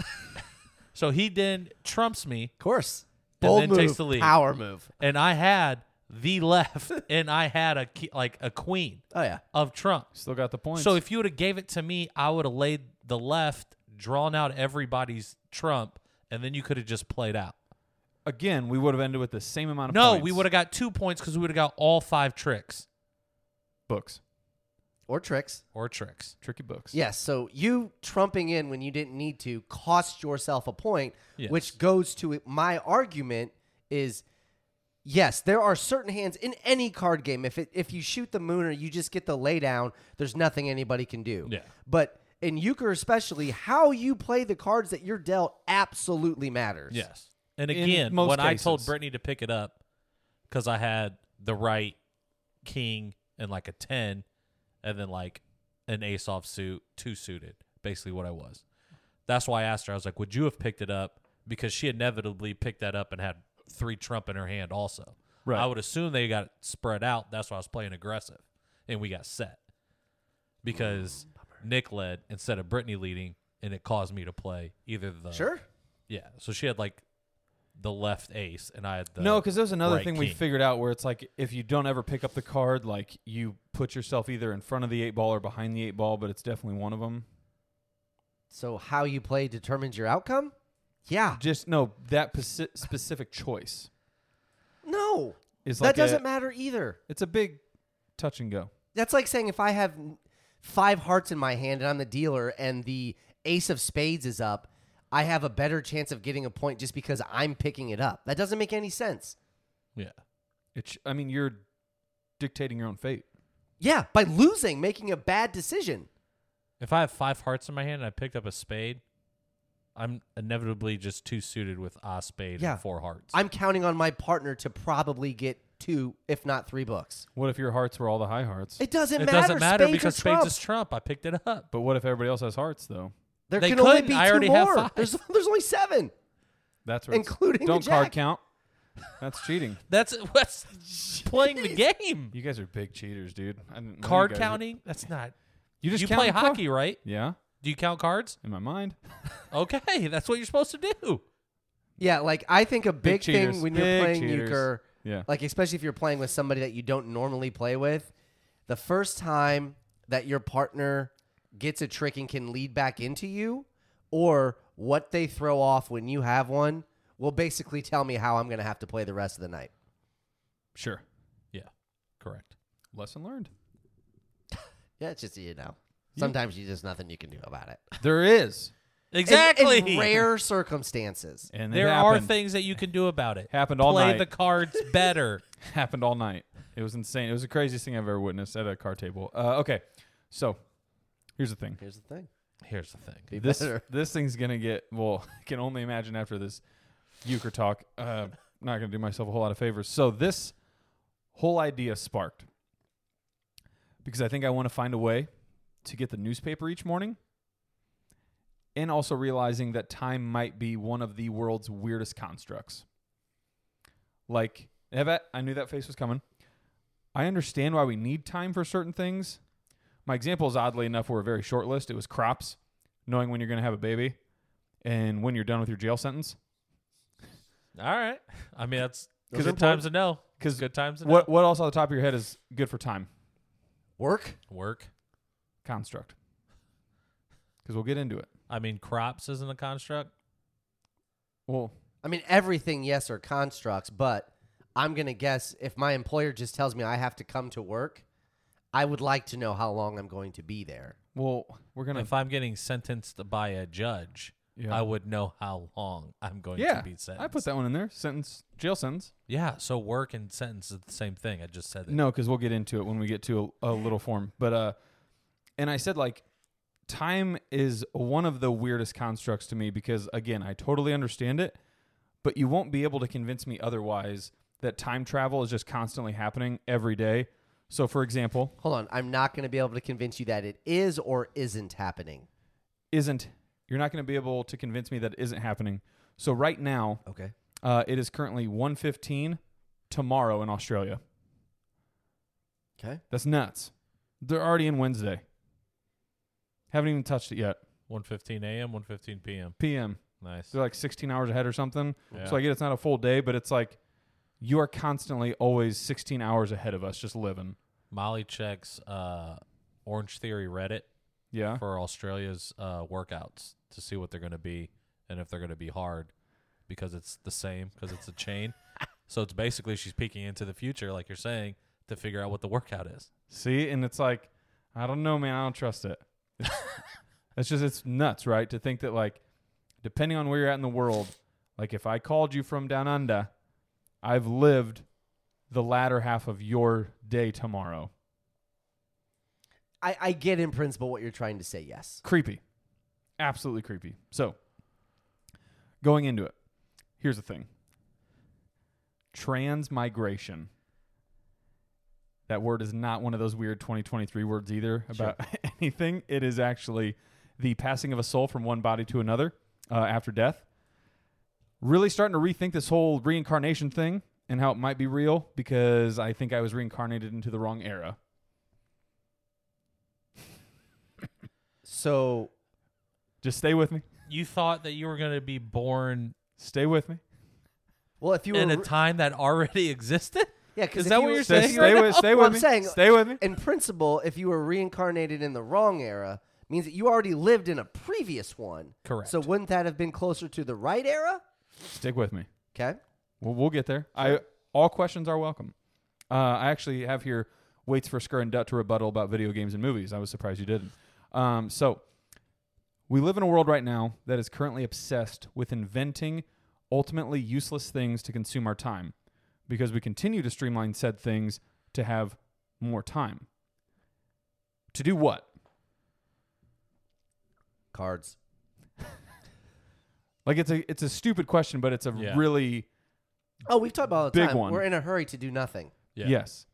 So he then trumps me,
Of course.
And
Bold
then
move.
takes the lead.
Power move.
and I had the left, and I had a ki- like a queen
Oh yeah.
of Trump.
Still got the points.
So if you would have gave it to me, I would have laid the left, drawn out everybody's trump, and then you could have just played out.
again, we would have ended with the same amount of
No,
points.
we would have got two points because we would have got all five tricks
books.
Or tricks.
or tricks.
Tricky books.
Yes. So you trumping in when you didn't need to cost yourself a point,
Yes.
which goes to it. my argument is yes, there are certain hands in any card game. If it, if you shoot the moon or you just get the lay down, there's nothing anybody can do.
Yeah.
But in euchre especially, how you play the cards that you're dealt absolutely matters.
Yes. And
In
again,
most
when I told
cases.
Brittany to pick it up because I had the right king and like a 10 and then like an ace off suit, two suited, basically what I was. That's why I asked her, I was like, would you have picked it up? Because she inevitably picked that up and had three trump in her hand also.
Right.
I would assume they got spread out. That's why I was playing aggressive and we got set because Nick led instead of Brittany leading and it caused me to play either the
Sure.
yeah. So she had like the left ace, and I had the
No, because there's another
right
thing we
king.
figured out where it's like if you don't ever pick up the card, like you put yourself either in front of the eight ball or behind the eight ball, but it's definitely one of them.
So how you play determines your outcome? Yeah.
Just no that pasi- specific choice
No.
is
that
like
doesn't
a,
matter either.
It's a big touch and go.
That's like saying if I have five hearts in my hand and I'm the dealer and the ace of spades is up, I have a better chance of getting a point just because I'm picking it up. That doesn't make any sense.
yeah.
It. Sh- I mean, you're dictating your own fate.
Yeah, by losing, making a bad decision.
If I have five hearts in my hand and I picked up a spade, I'm inevitably just two suited with a spade
Yeah.
and four hearts.
I'm counting on my partner to probably get two, if not three books.
What if your hearts were all the high hearts?
It doesn't
it
matter.
doesn't matter
spades
because
are trump.
spades is trump. I picked it up.
but what if everybody else has hearts though?
there
They
can only
couldn't.
be two
I already
more.
have five.
There's there's only seven.
That's where it's-
Including the
don't card
jack.
count. That's cheating.
That's what's playing the game.
You guys are big cheaters, dude. I didn't know you
Card
guys were-
counting? That's not.
You just
you play
counting card-
hockey, right?
Yeah,
Do you count cards?
in my mind.
Okay, that's what you're supposed to do.
Yeah, like I think a big,
cheaters.
thing when
Big
you're playing
cheaters.
euchre,
Yeah.
like especially if you're playing with somebody that you don't normally play with, the first time that your partner gets a trick and can lead back into you, or what they throw off when you have one, will basically tell me how I'm going to have to play the rest of the night.
Sure.
Yeah, correct.
Lesson learned.
Yeah, it's just you know, sometimes you just nothing you can do about it.
There is,
In-
Exactly.
In, rare circumstances.
and it
there are
happened.
things that you can do about it.
Happened all
Play
night.
the cards better.
happened all night. It was insane. It was the craziest thing I've ever witnessed at a car table. Uh, okay, so here's the thing.
Here's the thing.
Here's the thing.
Be
This
better.
this thing's gonna get well. I can only imagine after this euchre talk. Uh, not gonna do myself a whole lot of favors. So this whole idea sparked because I think I want to find a way to get the newspaper each morning. And also realizing that time might be one of the world's weirdest constructs. Like, Yvette, I knew that face was coming. I understand why we need time for certain things. My examples, oddly enough, were a very short list. It was crops, knowing when you're going to have a baby and when you're done with your jail sentence.
All right. I mean, that's
Those are
good times to know.
'Cause
good times to
What, what else on the top of your head is good for time?
Work.
know. Work.
Construct. Because we'll get into it.
I mean, crops isn't a construct.
Well,
I mean, everything, yes, are constructs, but I'm going to guess if my employer just tells me I have to come to work, I would like to know how long I'm going to be there.
Well, we're gonna.
If I'm getting sentenced by a judge,
Yeah.
I would know how long I'm going
yeah,
to be sentenced.
I put that one in there. Sentence, jail sentence.
Yeah, so work and sentence is the same thing. I just said that.
No, because we'll get into it when we get to a, a little form. But uh, and I said like, time is one of the weirdest constructs to me because again, I totally understand it, but you won't be able to convince me otherwise that time travel is just constantly happening every day. So, for example,
Hold on, I'm not going to be able to convince you that it is or isn't happening.
isn't you're not going to be able to convince me that it isn't happening. So right now,
Okay.
uh, it is currently 1:15 tomorrow in Australia.
Okay.
That's nuts. They're already in Wednesday. Haven't even touched it yet.
1.15 a.m., 1.15 p.m.
PM.
Nice.
They're like 16 hours ahead or something.
Yeah.
So I get it's not a full day, but it's like you are constantly always 16 hours ahead of us, just living.
Molly checks uh, Orange Theory Reddit
Yeah.
for Australia's uh, workouts to see what they're going to be and if they're going to be hard because it's the same, because it's a chain. so it's basically she's peeking into the future, like you're saying, to figure out what the workout is.
See, and it's like I don't know, man. I don't trust it. It's- It's just it's nuts, right? To think that like, depending on where you're at in the world, like if I called you from down under, I've lived the latter half of your day tomorrow.
I, I get in principle what you're trying to say, yes.
Creepy. Absolutely creepy. So, going into it, here's the thing transmigration. That word is not one of those weird 2023 words either about anything. It is actually the passing of a soul from one body to another uh, after death. Really starting to rethink this whole reincarnation thing and how it might be real because I think I was reincarnated into the wrong era.
So
Just stay with me.
You thought that you were going to be born
Stay with me.
well if you were
in a
re-
time that already existed?
Yeah, because
Is that what you're
Stay,
saying
stay
right
with,
now?
stay with
Well, I'm
me.
saying-
stay with me.
in principle, if you were reincarnated in the wrong era, means that you already lived in a previous one.
Correct.
So wouldn't that have been closer to the right era?
Stick with me.
Okay.
We'll, we'll get there. I all questions are welcome. Uh, I actually have here waits for Skur and Dutt to rebuttal about video games and movies. I was surprised you didn't. Um, so we live in a world right now that is currently obsessed with inventing ultimately useless things to consume our time, because we continue to streamline said things to have more time. To do what?
Cards.
Like it's a it's a stupid question, but it's a
Yeah.
really
Oh, we've talked about it all the
Big
time.
one.
We're in a hurry to do nothing.
Yes.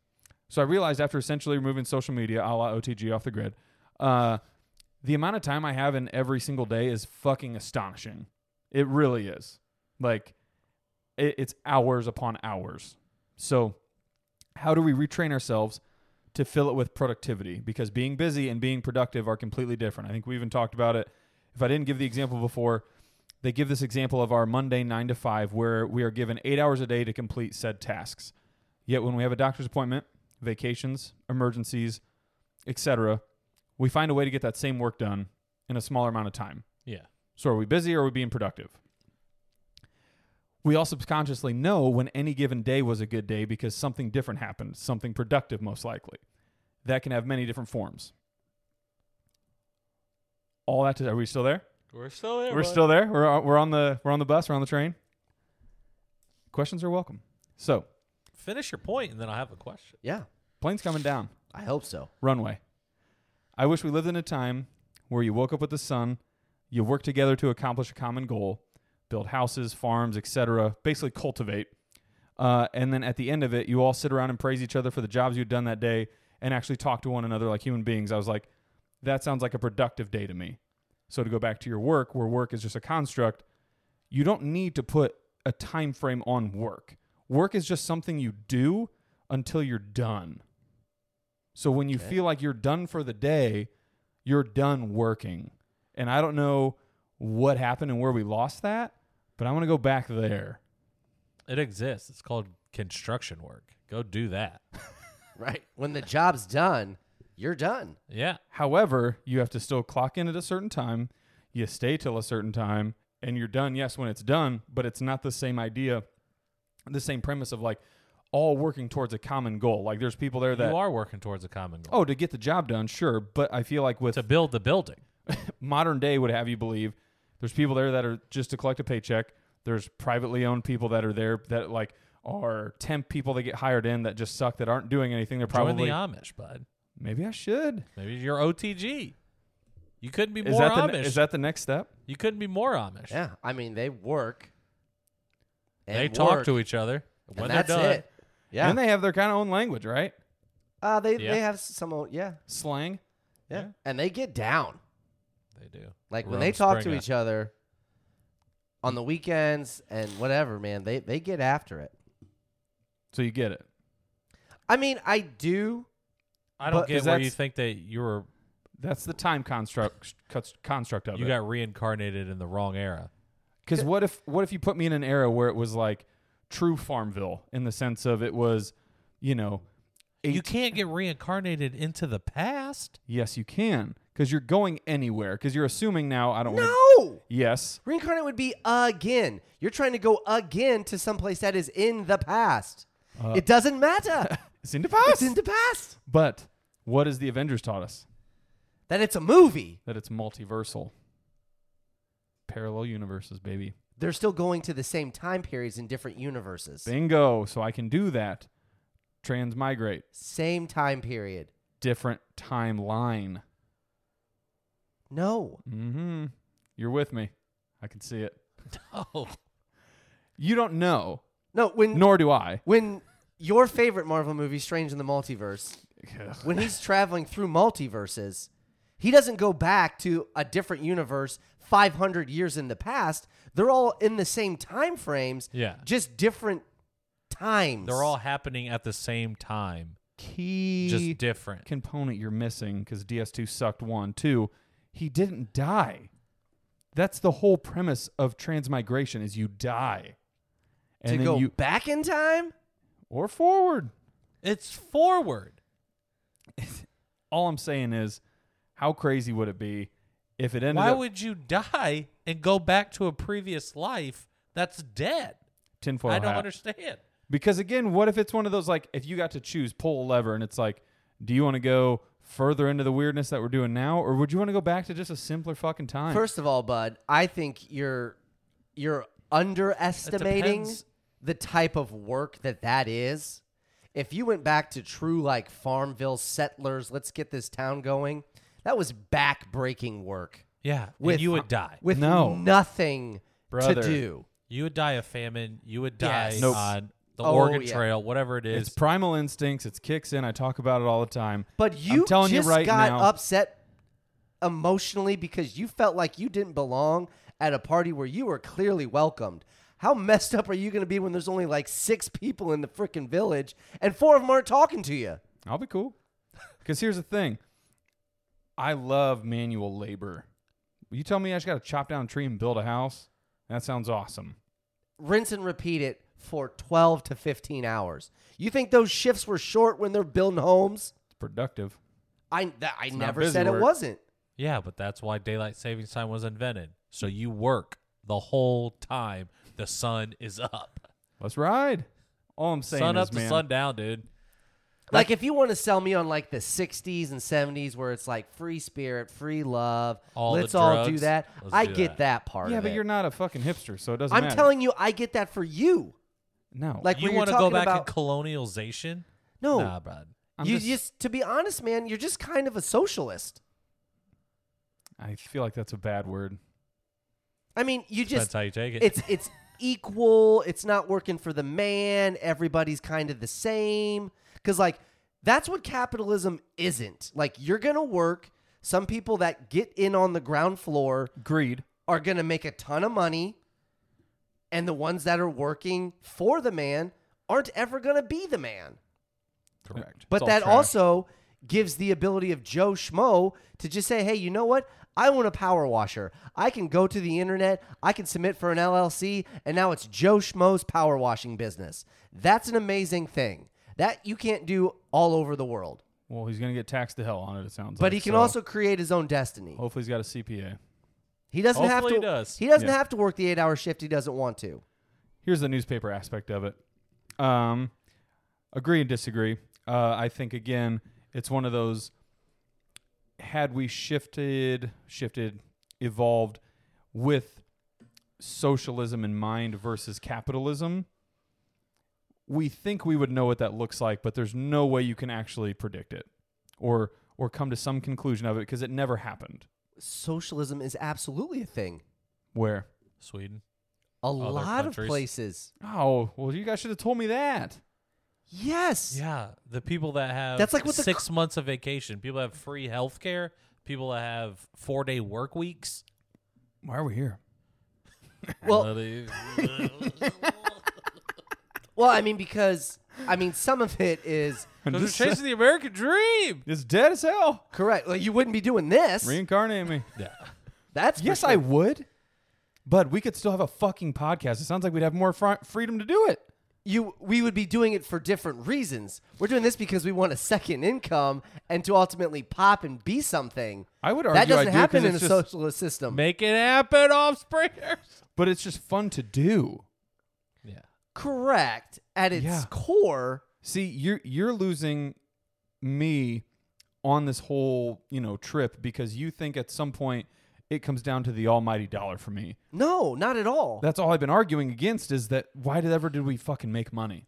So I realized after essentially removing social media, a la OTG off the grid, uh, the amount of time I have in every single day is fucking astonishing. It really is. Like, it, it's hours upon hours. So, how do we retrain ourselves to fill it with productivity? Because being busy and being productive are completely different. I think we even talked about it. If I didn't give the example before, they give this example of our Monday nine to five, where we are given eight hours a day to complete said tasks. Yet when we have a doctor's appointment, vacations, emergencies, etc., we find a way to get that same work done in a smaller amount of time.
Yeah.
So are we busy or are we being productive? We all subconsciously know when any given day was a good day because something different happened, something productive most likely. That can have many different forms. All that to, are we still there?
We're still there.
We're still there. We're, we're on the we're on the bus, we're on the train. Questions are welcome. So,
Finish your point, and then I have a question.
Yeah.
plane's coming down.
I hope so.
runway. I wish we lived in a time where you woke up with the sun, you worked together to accomplish a common goal, build houses, farms, etc., basically cultivate. Uh, and then at the end of it, you all sit around and praise each other for the jobs you'd done that day and actually talk to one another like human beings. I was like, that sounds like a productive day to me. So to go back to your work, where work is just a construct, you don't need to put a time frame on work. Work is just something you do until you're done. So when you feel like you're done for the day, you're done working. And I don't know what happened and where we lost that, but I want to go back there.
It exists. It's called construction work. Go do that.
Right. When the job's done, you're done.
Yeah.
However, you have to still clock in at a certain time, you stay till a certain time, and you're done, yes, when it's done, but it's not the same idea, the same premise of like, all working towards a common goal. Like there's people there that
you are working towards a common goal.
oh to get the job done, sure, but I feel like with
To build the building.
modern day would have you believe there's people there that are just to collect a paycheck. There's privately owned people that are there that like are temp people that get hired in that just suck that aren't doing anything. They're probably
Join the Amish, bud.
maybe I should.
Maybe you're OTG. You couldn't be more
Is that
Amish.
the, is that the next step?
you couldn't be more Amish.
Yeah, I mean they work. and
they talk
work,
to each other
and
when
that's
they're done.
it. Yeah,
And they have their kind of own language, right?
uh, they
Yeah.
they have some. old- Yeah,
Slang.
yeah,
Yeah.
and they get down.
They do.
Like when
Rome
they talk to
Springer.
each other on the weekends and whatever, man, they they get after it.
So you get it.
I mean, I do.
I don't
But-
get
'cause
where you
that's-
think that you were
That's the time construct cuts- construct of
you
it.
got reincarnated in the wrong era.
Because what if what if you put me in an era where it was like true Farmville in the sense of it was, you know,
You can't get reincarnated into the past.
yes you can because you're going anywhere because you're assuming now I don't. Wanna,
No,
yes,
reincarnate would be again. You're trying to go again to someplace that is in the past.
Uh,
it doesn't matter.
it's in the
it's
past.
in the past.
but what has the Avengers taught us?
That it's a movie.
That it's multiversal, parallel universes, baby.
They're still going to the same time periods in different universes.
Bingo. So I can do that. Transmigrate,
Same time period.
different timeline.
No.
Mm-hmm. You're with me. I can see it.
Oh,
You don't know,
No, when
nor do I.
when your favorite Marvel movie Strange in the Multiverse when he's traveling through multiverses, he doesn't go back to a different universe 500 years in the past. They're all in the same time frames,
Yeah.
just different times.
they're all happening at the same time,
Key
just different.
component you're missing because DS2 sucked one. Two, he didn't die. That's the whole premise of transmigration is you die. And
to
then
go
you
back in time.
or forward.
It's forward.
All I'm saying is, how crazy would it be if it ended
Why
up
would you die and go back to a previous life that's dead?
tinfoil
I don't
hat?
understand.
Because again, what if it's one of those like if you got to choose, pull a lever, and it's like, do you want to go further into the weirdness that we're doing now, or would you want to go back to just a simpler fucking time?
First of all, bud, I think you're you're underestimating
depends.
the type of work that that is. If you went back to true like Farmville settlers, let's get this town going. That was back-breaking work.
Yeah,
With-
and you would die.
with
No.
nothing
Brother.
to do.
You would die of famine. You would die
Yes. Nope.
on the
Oh,
Oregon
yeah.
Trail, whatever it is.
it's primal instincts. It kicks in. I talk about it all the time.
But you
I'm telling
just
you right
got
now,
upset emotionally because you felt like you didn't belong at a party where you were clearly welcomed. How messed up are you going to be when there's only like six people in the freaking village and four of them aren't talking to you?
I'll be cool. Because here's the thing, I love manual labor. You tell me I just got to chop down a tree and build a house. That sounds awesome.
Rinse and repeat it for 12 to 15 hours. You think those shifts were short when they're building homes?
It's productive.
I, that, I
not
never
busy
said it
work.
wasn't.
yeah, but that's why daylight savings time was invented. So you work the whole time the sun is up.
Let's ride. All I'm saying
sun
is,
up to
man,
sun down, dude.
Like if you want to sell me on like the 60s and 70s where it's like free spirit, free love,
All the
let's all do
drugs,
that.
let's
I
do
get
that.
that part.
yeah,
of
but
it.
you're not a fucking hipster, so it doesn't
I'm
matter.
telling you, I get that for you.
no,
Like
you
when you're
want to
talking
go back
about
to colonialization?
no,
Nah, bro.
I'm
you
just-
just, to be honest, man, you're just kind of a socialist.
I feel like that's a bad word.
I mean, you
That's
just
how you take it.
it's it's equal. It's not working for the man. Everybody's kind of the same. Because like that's what capitalism isn't. Like you're gonna work. Some people that get in on the ground floor
Greed.
are going to make a ton of money and the ones that are working for the man aren't ever going to be the man
Correct.
but that also gives the ability of joe schmo to just say hey you know what i want a power washer i can go to the internet i can submit for an llc and now it's joe schmo's power washing business that's an amazing thing that you can't do all over the world
Well, he's gonna get taxed to hell on it. It sounds.
but
like,
he can
so
also create his own destiny
Hopefully, he's got a CPA.
he doesn't have to
Hopefully he does.
he doesn't
Yeah.
have to work the eight hour shift he doesn't want to
Here's the newspaper aspect of it. Um, agree and disagree. Uh, I think again, it's one of those. Had we shifted, shifted, evolved with socialism in mind versus capitalism, we think we would know what that looks like, but there's no way you can actually predict it or or come to some conclusion of it because it never happened.
Socialism is absolutely a thing.
Where?
Sweden.
A
Other
lot
countries.
of places.
Oh, well, you guys should have told me that.
Yes.
Yeah, the people that have
That's like what the
six months of vacation. People that have free health care. People that have four day work weeks.
Why are we here?
Well,
Uh, they-
well, I mean, because I mean, some of it is
Because they're chasing the American dream.
It's dead as hell.
correct. Well, you wouldn't be doing this.
Reincarnate me.
Yeah.
That's for
yes,
sure.
I would. But we could still have a fucking podcast. It sounds like we'd have more fr- freedom to do it.
you we would be doing it for different reasons. We're doing this because we want a second income and to ultimately pop and be something.
I would
that
argue I
doesn't
do,
happen
'cause
in a
it's just-
socialist system.
Make it happen, offspringers.
But it's just fun to do.
Yeah.
Correct. At its
Yeah.
core,
See, you're you're losing me on this whole you know trip because you think at some point it comes down to the almighty dollar for me.
no, not at all.
That's all I've been arguing against is that why did ever did we fucking make money?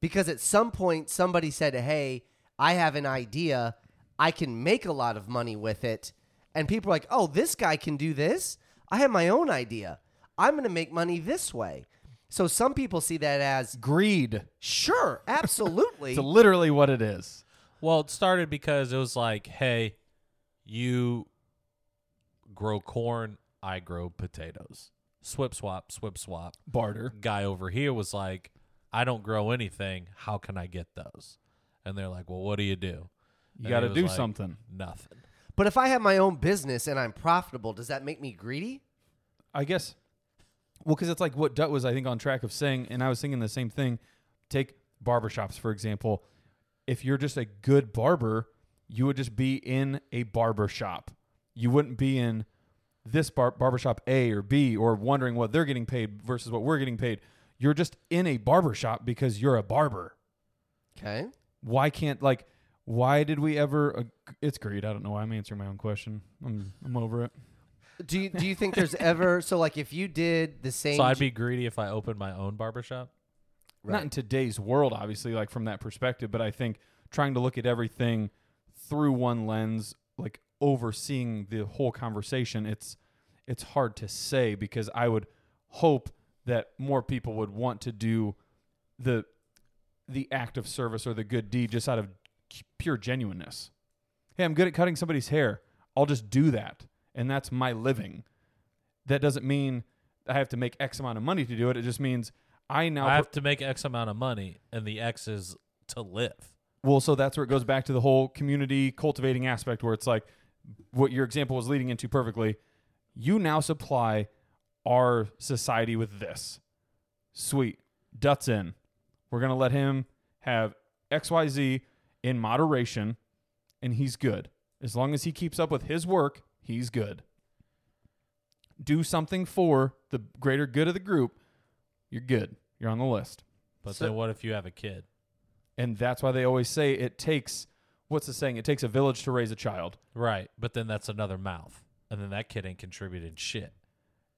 because at some point somebody said, "Hey, I have an idea. I can make a lot of money with it." And people are like, "Oh, this guy can do this. I have my own idea. I'm going to make money this way." So some people see that as,
Greed.
"Sure, absolutely."
It's literally what it is.
Well, it started because it was like, hey, you grow corn, I grow potatoes. Swip swap, swip swap.
Barter.
Guy over here was like, I don't grow anything. How can I get those? And they're like, well, what do you do?
You
And
got to
he was
do
like,
something.
Nothing.
But if I have my own business and I'm profitable, does that make me greedy?
I guess. Well, because it's like what Dutt was, I think, on track of saying, and I was thinking the same thing. Take barbershops, for example. If you're just a good barber, you would just be in a barbershop. You wouldn't be in this bar- barbershop A or B or wondering what they're getting paid versus what we're getting paid. You're just in a barbershop because you're a barber.
Okay.
Why can't, like, why did we ever? ag- it's greed. I don't know why I'm answering my own question. I'm, I'm over it.
Do you, do you think there's ever so like if you did the same
So I'd be greedy if I opened my own barbershop.
not in today's world obviously like from that perspective but i think trying to look at everything through one lens like overseeing the whole conversation it's it's hard to say because i would hope that more people would want to do the the act of service or the good deed just out of c- pure genuineness hey i'm good at cutting somebody's hair i'll just do that and that's my living that doesn't mean i have to make x amount of money to do it it just means i now
I
pro-
have to make X amount of money, and the X is to live.
Well, so that's where it goes back to the whole community cultivating aspect where it's like what your example was leading into perfectly. You now supply our society with this. Sweet. Dutt's in. We're going to let him have XYZ in moderation, and he's good. As long as he keeps up with his work, he's good. Do something for the greater good of the group, you're good. You're on the list.
But
So-
then what if you have a kid?
And that's why they always say it takes what's the saying? It takes a village to raise a child.
Right. But then that's another mouth. And then that kid ain't contributed shit.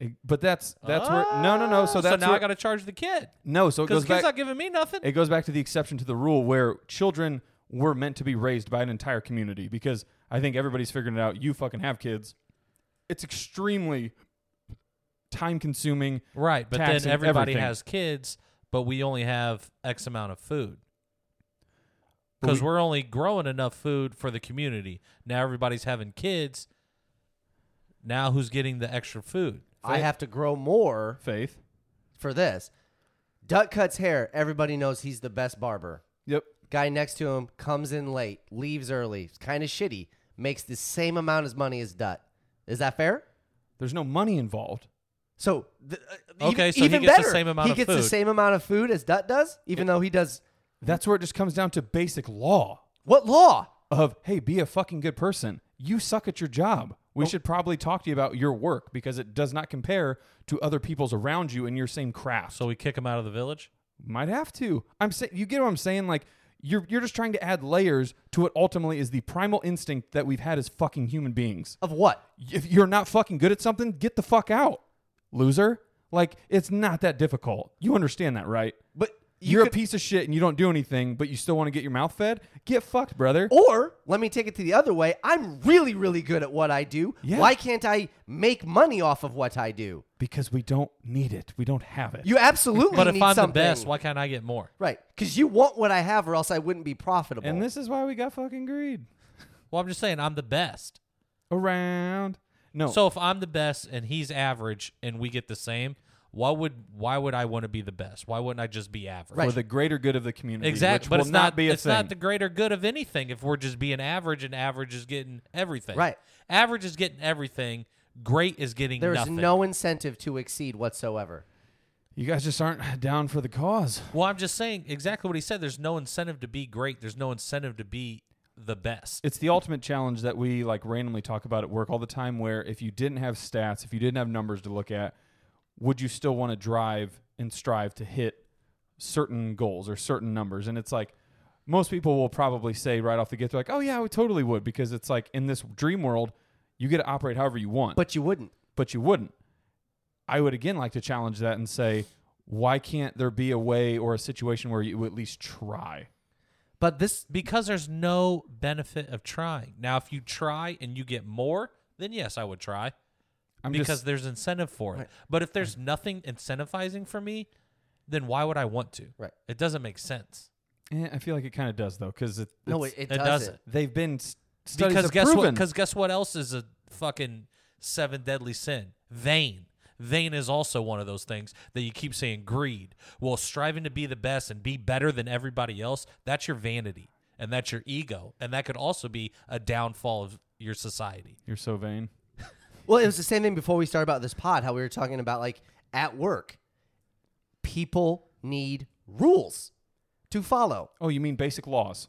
It- but that's that's where no no no. So that's
Ah, now
where,
I got to charge the kid
no. So it
because
goes
kid's
back.
not giving me nothing.
it goes back to the exception to the rule where children were meant to be raised by an entire community because I think everybody's figuring it out. You fucking have kids. It's extremely time consuming.
right, but
tax
then
and
everybody
everything.
has kids, but we only have X amount of food
But
because
we-
we're only growing enough food for the community. Now everybody's having kids. Now who's getting the extra food?
I have to grow more
Faith.
for this. Duck cuts hair. Everybody knows he's the best barber.
Yep.
Guy next to him comes in late, leaves early. Kind of shitty. Makes the same amount as money as Dutt. Is that fair?
There's no money involved.
So th- uh,
Okay,
even,
so he
even
gets the
better.
same amount
He
of
gets the
food.
same amount of food as Dutt does, even though he does
That's where it just comes down to basic law.
what law?
of hey be a fucking good person you suck at your job we
Oh.
should probably talk to you about your work because it does not compare to other people's around you in your same craft
So we kick him out of the village.
Might have to. I'm saying you get what I'm saying. Like you're you're just trying to add layers to what ultimately is the primal instinct that we've had as fucking human beings.
Of what?
If you're not fucking good at something, get the fuck out, loser. Like it's not that difficult. You understand that, right?
But
You are
could-
a piece of shit and you don't do anything, but you still want to get your mouth fed. Get fucked, brother.
Or let me take it to the other way. I'm really, really good at what I do.
Yeah.
Why can't I make money off of what I do?
Because we don't need it. We don't have it.
You absolutely
But if
need
I'm
something.
the best, why can't I get more?
Right, because you want what I have, or else I wouldn't be profitable.
and this is why we got fucking greed
Well, I'm just saying I'm the best.
around. No.
So if I'm the best and he's average and we get the same, why would why would I want to be the best? Why wouldn't I just be average?
for the greater good of the community.
Exactly,
which
but
will
it's not,
be a
it's
thing.
not the greater good of anything if we're just being average and average is getting everything.
Right.
Average is getting everything. Great is getting
there is
nothing.
no incentive to exceed whatsoever.
you guys just aren't down for the cause.
Well, I'm just saying exactly what he said. There's no incentive to be great. There's no incentive to be the best.
It's the ultimate challenge that we like randomly talk about at work all the time. Where if you didn't have stats, if you didn't have numbers to look at, would you still want to drive and strive to hit certain goals or certain numbers? And it's like most people will probably say right off the get, they're like, "Oh yeah, I totally would," because it's like in this dream world, you get to operate however you want.
But you wouldn't.
but you wouldn't. I would again like to challenge that and say, why can't there be a way or a situation where you at least try?
But this,
because there's no benefit of trying. Now, if you try and you get more, then yes, I would try
I'm
because
just,
there's incentive for it. But if there's nothing incentivizing for me, then why would I want to?
Right.
It doesn't make sense.
eh, I feel like it kind of does though, because it,
no, it,
it's-
it
it
doesn't.
doesn't.
they've been s- studies
Because
have
guess what?
proven.
Because guess what else is a fucking seven deadly sin? Vain. Vain is also one of those things that you keep saying greed. Well, striving to be the best and be better than everybody else, that's your vanity and that's your ego. And that could also be a downfall of your society.
You're so vain.
Well, it was the same thing before we started about this pod, how we were talking about like at work, people need rules to follow.
Oh, you mean basic laws?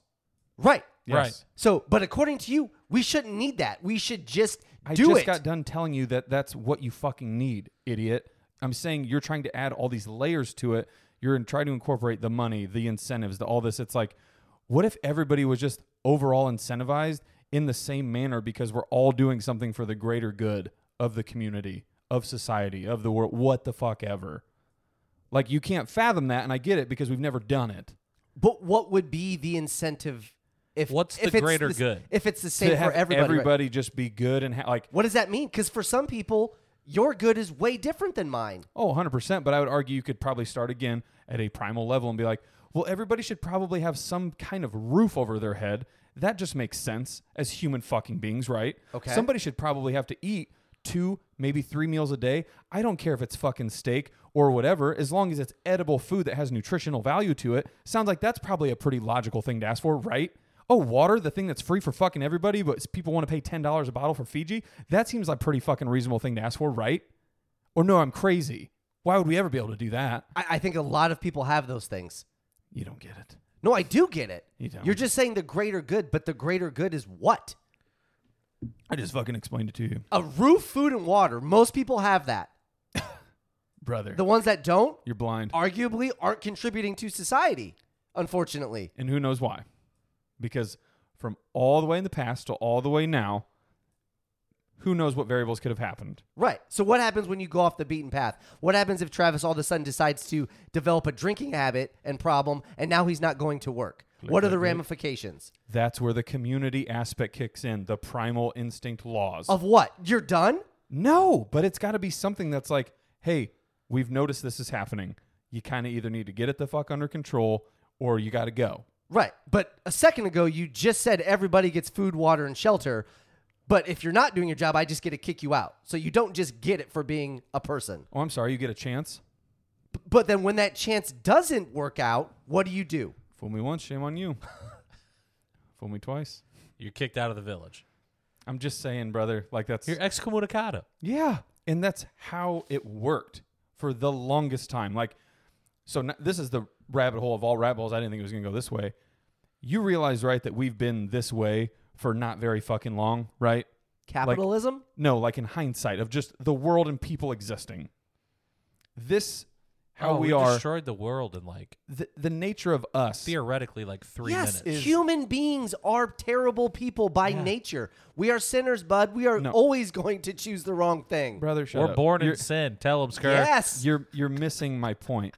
Right.
Yes.
So, but according to you, we shouldn't need that. We should just
I
do
just
it.
got done telling you that that's what you fucking need, idiot. I'm saying you're trying to add all these layers to it. You're in, trying to incorporate the money, the incentives, the, all this. It's like, what if everybody was just overall incentivized in the same manner because we're all doing something for the greater good of the community, of society, of the world, what the fuck ever. Like you can't fathom that, and I get it because we've never done it.
but what would be the incentive if
What's the
if it's
greater
the s-
good?
If it's the
To
same
have
for everybody. right?
just be good and ha- like
What does that mean? Because for some people, your good is way different than mine.
Oh, 100%. But I would argue you could probably start again at a primal level and be like, well, everybody should probably have some kind of roof over their head. That just makes sense as human fucking beings, right?
Okay.
Somebody should probably have to eat two, maybe three meals a day. I don't care if it's fucking steak or whatever, as long as it's edible food that has nutritional value to it. Sounds like that's probably a pretty logical thing to ask for, right? Oh, water, the thing that's free for fucking everybody, but people want to pay $10 a bottle for Fiji. That seems like a pretty fucking reasonable thing to ask for, right? or no, I'm crazy. Why would we ever be able to do that?
I, I think a lot of people have those things.
You don't get it.
No, I do get it.
You don't.
You're just saying the greater good, but the greater good is what?
I just fucking explained it to you,
A roof, food, and water. Most people have that.
brother.
The ones that don't,
you're blind,
arguably, aren't contributing to society, unfortunately.
and who knows why? Because from all the way in the past to all the way now, who knows what variables could have happened?
Right. So, what happens when you go off the beaten path? What happens if Travis all of a sudden decides to develop a drinking habit and problem, and now he's not going to work? What are the ramifications?
That's where the community aspect kicks in, the primal instinct laws.
Of what? You're done?
no, but it's got to be something that's like, hey, we've noticed this is happening. You kind of either need to get it the fuck under control or you got to go.
Right. But a second ago, you just said everybody gets food, water, and shelter. But if you're not doing your job, I just get to kick you out. So you don't just get it for being a person.
Oh, I'm sorry, you get a chance.
B- But then when that chance doesn't work out, what do you do?
Fool me once, shame on you. Fool me twice.
You're kicked out of the village.
I'm just saying, brother. Like that's
You're excommunicado.
yeah, and that's how it worked for the longest time. Like, so n- this is the rabbit hole of all rabbit holes. I didn't think it was gonna go this way. You realize, right, that we've been this way for not very fucking long, right?
Capitalism?
No, like in hindsight of just the world and people existing. This how
Oh,
we, are,
destroyed the world in like
the, the nature of us.
theoretically like three
yes,
minutes.
human beings are terrible people by nature. We are sinners, bud. We are
No.
always going to choose the wrong thing.
Brother, shut
We're
up.
born
you're,
in sin. Tell them, Skirk.
yes,
You're you're missing my point.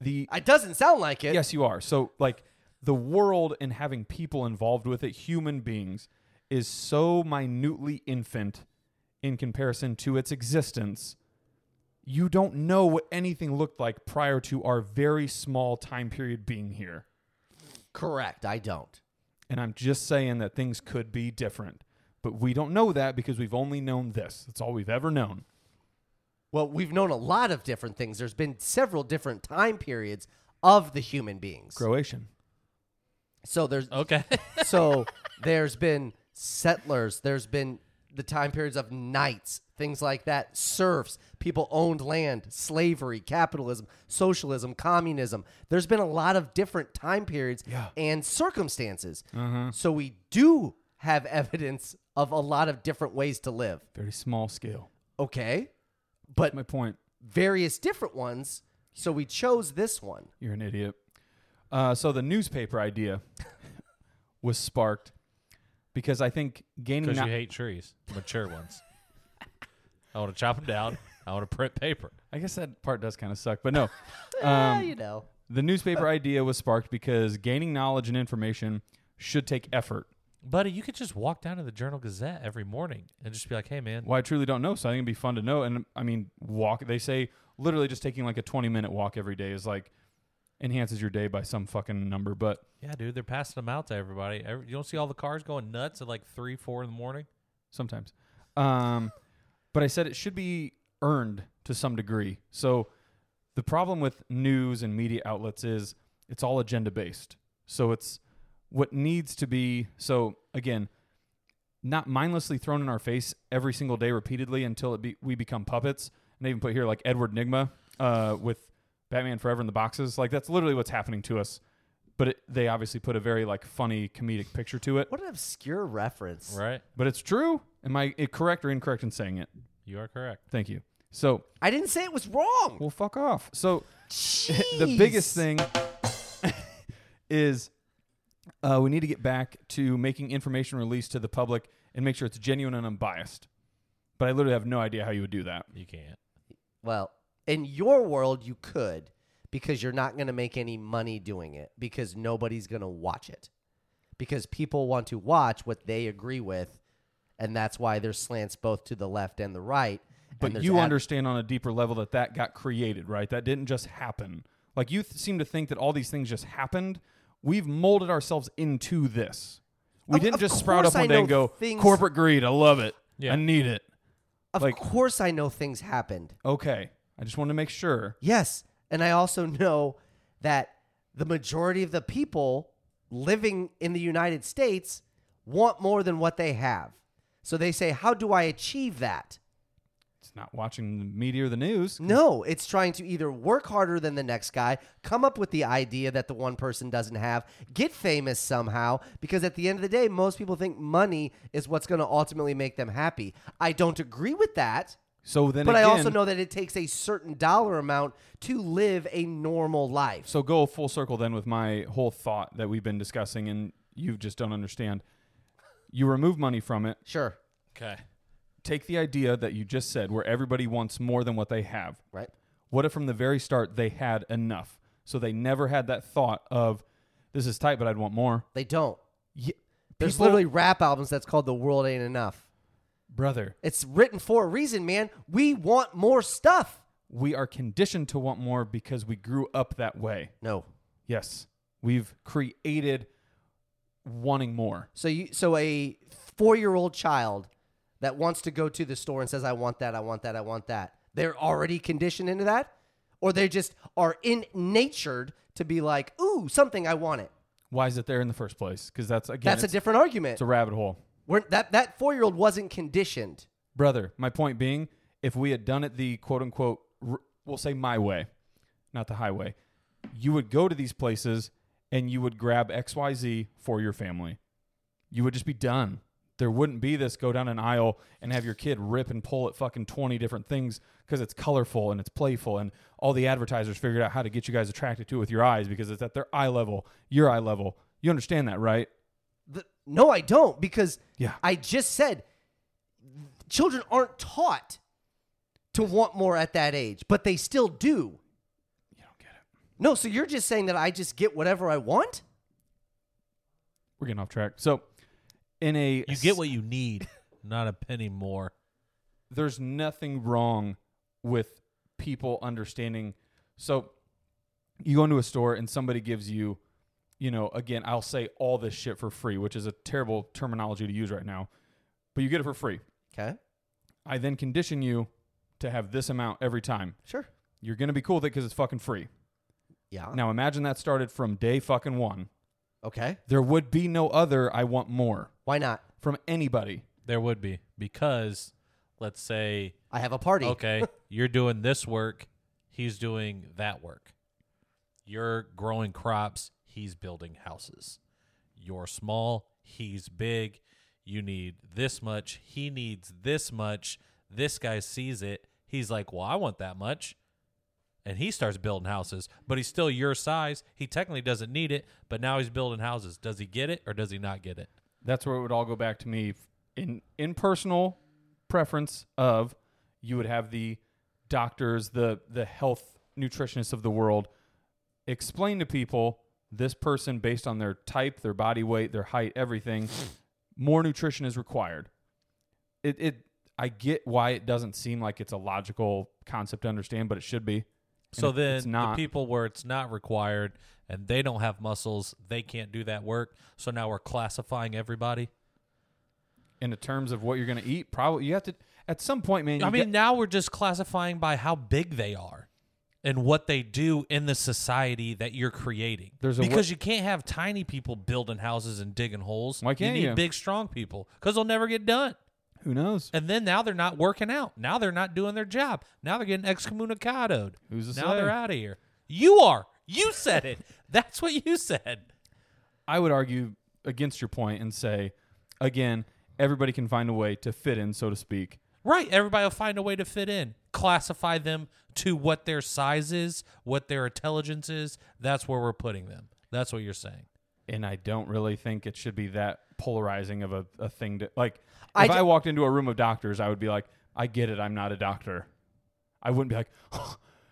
The
it doesn't sound like it.
yes, you are. So like the world and having people involved with it, human beings, is so minutely infant in comparison to its existence. You don't know what anything looked like prior to our very small time period being here.
correct. I don't.
And I'm just saying that things could be different. But we don't know that because we've only known this. That's all we've ever known.
Well, we've known a lot of different things. There's been several different time periods of the human beings.
Croatian.
So there's
Okay.
so there's been settlers. There's been the time periods of knights, things like that. Serfs, people owned land, slavery, capitalism, socialism, communism. There's been a lot of different time periods
Yeah.
and circumstances. So we do have evidence of a lot of different ways to live.
Very small scale.
Okay, but
My point.
various different ones. So we chose this one.
You're an idiot. Uh, so the newspaper idea was sparked because I think gaining
Because
kno-
you hate trees, mature ones. I want to chop them down. I want to print paper.
I guess that part does kind of suck, but no.
Ah, you know.
the newspaper idea was sparked because gaining knowledge and information should take effort.
Buddy, you could just walk down to the Journal Gazette every morning and just be like, hey, man,
Well, I truly don't know, so I think it'd be fun to know. And I mean, walk. They say literally just taking like a 20 minute walk every day is like enhances your day by some fucking number. But
yeah, dude, they're passing them out to everybody. Every, you don't see all the cars going nuts at like 3, 4 in the morning?
sometimes. Um, but I said it should be earned to some degree. So the problem with news and media outlets is it's all agenda based. So it's what needs to be. So again, not mindlessly thrown in our face every single day repeatedly until it be, we become puppets. And I even put here like Edward Nigma uh, with Batman Forever in the boxes. Like that's literally what's happening to us. But it, they obviously put a very like funny comedic picture to it.
What an obscure reference.
Right?
But it's true. Am I i- correct or incorrect in saying it?
You are correct.
Thank you. So,
I didn't say it was wrong.
well, fuck off. So, the biggest
Jeez.
thing is uh, we need to get back to making information released to the public and make sure it's genuine and unbiased. But I literally have no idea how you would do that.
You can't.
Well, in your world, you could because you're not going to make any money doing it because nobody's going to watch it. Because people want to watch what they agree with. And that's why there's slants both to the left and the right. and
But
there's
you
ad-
understand on a deeper level that that got created, right? That didn't just happen. Like you th- seem to think that all these things just happened. We've molded ourselves into this. We
Of-
didn't
of
just sprout up
course I
one day and
know
go
things-
corporate greed. I love it.
Yeah.
I need it.
Of
like-
course, I know things happened.
Okay. I just wanted to make sure.
Yes. And I also know that the majority of the people living in the United States want more than what they have. So they say, How do I achieve that?
It's not watching the media or the news.
No, it's trying to either work harder than the next guy, come up with the idea that the one person doesn't have, get famous somehow, because at the end of the day, most people think money is what's going to ultimately make them happy. I don't agree with that,
So then
but I
again,
also know that it takes a certain dollar amount to live a normal life.
So go full circle then with my whole thought that we've been discussing and you just don't understand. You remove money from it.
Sure,
Okay.
Take the idea that you just said where everybody wants more than what they have.
right?
What if from the very start they had enough? So they never had that thought of this is tight but I'd want more.
They don't.
Yeah,
There's
people-
literally rap albums that's called The World Ain't Enough.
brother,
It's written for a reason, man. We want more stuff.
we are conditioned to want more because we grew up that way.
No.
Yes. We've created wanting more.
So you so a 4-year-old child that wants to go to the store and says I want that, I want that, I want that. They're already conditioned into that or they just are innatured to be like, "Ooh, something I want it."
Why is it there in the first place? Because that's again,
That's a
it's,
different argument.
it's a rabbit hole,
We're, that that 4-year-old wasn't conditioned.
brother. My point being, if we had done it the quote unquote, r- we'll say my way, not the highway, you would go to these places and you would grab X Y Z for your family. You would just be done. there wouldn't be this go down an aisle and have your kid rip and pull at fucking 20 different things because it's colorful and it's playful and all the advertisers figured out how to get you guys attracted to it with your eyes because it's at their eye level your eye level you understand that right
The, no, I don't because
Yeah.
I just said children aren't taught to want more at that age, but they still do.
you don't get it
No, so you're just saying that I just get whatever I want?
we're getting off track so in a
You get what you need, not a penny more.
there's nothing wrong with people understanding. So you go into a store and somebody gives you, you know, again, I'll say all this shit for free, which is a terrible terminology to use right now, but you get it for free.
Okay.
I then condition you to have this amount every time.
Sure.
You're going to be cool with it because it's fucking free.
Yeah.
Now imagine that started from day fucking one.
Okay.
There would be no other I want more
Why not?
from anybody.
There would be because let's say
I have a party.
okay, you're doing this work, he's doing that work. You're growing crops, he's building houses. You're small, he's big. You need this much, he needs this much. This guy sees it, he's like, "Well, I want that much." And he starts building houses, but he's still your size. He technically doesn't need it, but now he's building houses. Does he get it or does he not get it?
that's where it would all go back to me f- in in personal preference of you would have the doctors the the health nutritionists of the world explain to people this person based on their type their body weight their height everything more nutrition is required it it i get why it doesn't seem like it's a logical concept to understand but it should be And
So
if
then
it's not
the people where it's not required and they don't have muscles, they can't do that work. So now we're classifying everybody.
in the terms of what you're going to eat probably you have to at some point man you
I mean,
get-
now we're just classifying by how big they are and what they do in the society that you're creating.
There's a wa-
because you can't have tiny people building houses and digging holes.
Why can't
you need
you?
big strong people cuz they'll never get done.
who knows
And then now they're not working out. Now they're not doing their job. Now they're getting excommunicadoed.
Who's to
now they're
say?
out of here. You are. You said it. That's what you said.
I would argue against your point and say, again, everybody can find a way to fit in, so to speak.
Right. Everybody will find a way to fit in. Classify them to what their size is, what their intelligence is. That's where we're putting them. That's what you're saying.
And I don't really think it should be that polarizing of a, a thing to like. If
I
I
d-
walked into a room of doctors, I would be like, I get it. I'm not a doctor. I wouldn't be like,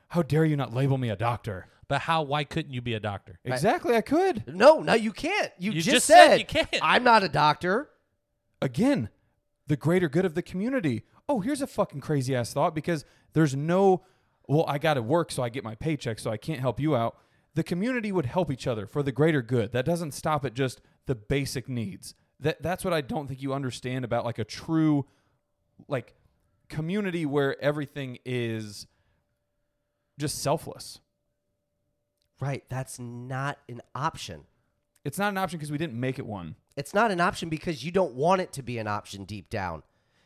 how dare you not label me a doctor?
But how? Why couldn't you be a doctor?
Exactly, I could.
No, no, you can't. You,
You
just,
just
said,
said you can't.
I'm not a doctor.
Again, the greater good of the community. Oh, here's a fucking crazy ass thought because there's no, well, I got to work so I get my paycheck, so I can't help you out. The community would help each other for the greater good. That doesn't stop at just the basic needs. That that's what I don't think you understand about like a true like community where everything is just selfless.
Right. That's not an option.
It's not an option because we didn't make it one.
It's not an option because you don't want it to be an option deep down.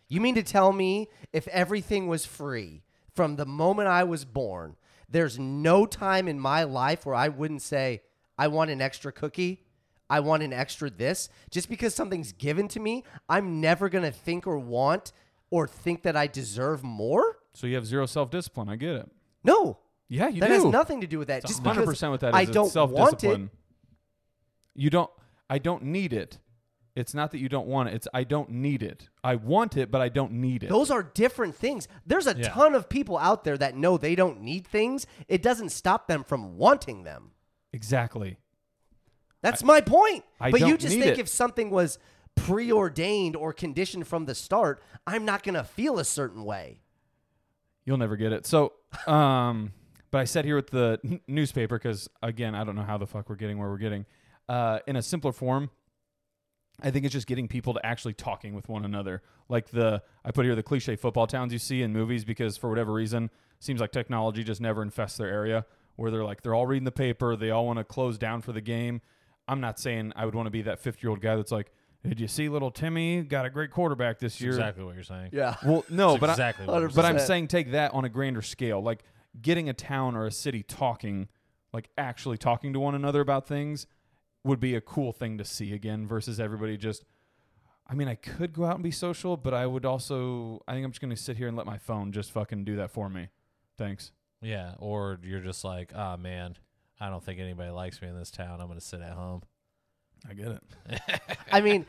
You mean to tell me if everything was free from the moment I was born, there's no time in my life where I wouldn't say, I want an extra cookie. I want an extra this. Just because something's given to me, I'm never going to think or want or think that I deserve more?
So you have zero self-discipline. I get it.
No.
Yeah, you
that
do.
has nothing to do with that.
It's
Just
hundred
because
percent with that. Is
I
it's
don't want
self-discipline.
it.
You don't. I don't need it. It's not that you don't want it. It's I don't need it. I want it, but I don't need it.
Those are different things. There's a
Yeah.
ton of people out there that know they don't need things. It doesn't stop them from wanting them.
Exactly.
That's my point.
I
but you
don't
just
need
think
it.
if something was preordained or conditioned from the start, I'm not going to feel a certain way.
You'll never get it. So, um, but I sat here with the n- newspaper because again, I don't know how the fuck we're getting where we're getting. Uh, in a simpler form, I think it's just getting people to actually talking with one another. Like the I put here the cliche football towns you see in movies because for whatever reason seems like technology just never infests their area where they're like they're all reading the paper, they all want to close down for the game. I'm not saying I would want to be that 50-year-old guy that's like, "Did you see little Timmy got a great quarterback this year?"
what you're saying.
Yeah.
Well, no,
That's
but I,
exactly what I'm
but I'm
saying.
saying take that on a grander scale, like getting a town or a city talking, like actually talking to one another about things, would be a cool thing to see again versus everybody just. I mean, I could go out and be social, but I would also. I think I'm just gonna sit here and let my phone just fucking do that for me. Thanks.
Yeah, or you're just like, oh man, I don't think anybody likes me in this town. I'm gonna sit at home.
I get it.
I mean,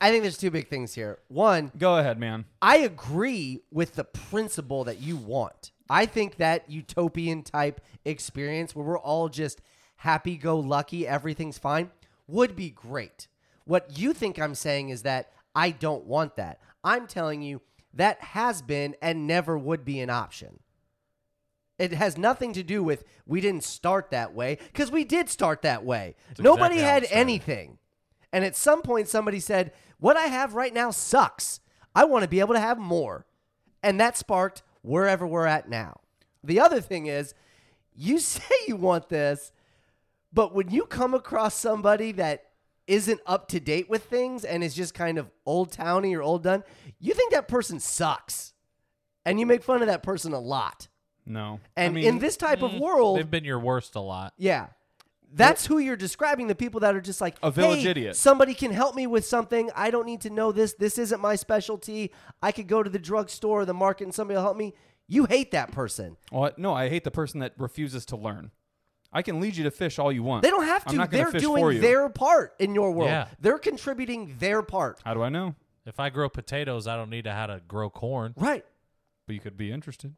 I think there's two big things here. One,
Go ahead, man.
I agree with the principle that you want. I think that utopian type experience where we're all just happy go lucky, everything's fine, would be great. What you think I'm saying is that I don't want that. I'm telling you that has been and never would be an option. It has nothing to do with we didn't start that way because we did start that way. Nobody
exactly how
had
it started.
anything. And at some point, somebody said, What I have right now sucks. I want to be able to have more. And that sparked wherever we're at now. The other thing is, you say you want this, but when you come across somebody that isn't up to date with things and is just kind of old towny or old done, you think that person sucks. And you make fun of that person a lot.
No.
And
I mean, mm,
in this type of world,
They've been your worst a lot.
yeah. That's who you're describing, the people that are just like
A village
"Hey,
idiot."
Somebody can help me with something. I don't need to know this. This isn't my specialty. I could go to the drugstore or the market and somebody will help me. You hate that person.
Well, I- no, I hate the person that refuses to learn. I can lead you to fish all you want.
They don't have
I'm
to.
not gonna
They're
fish for
doing
you.
their part in your world.
Yeah.
They're contributing their part.
How do I know?
If I grow potatoes, I don't need to how to grow corn.
Right.
But you could be interested.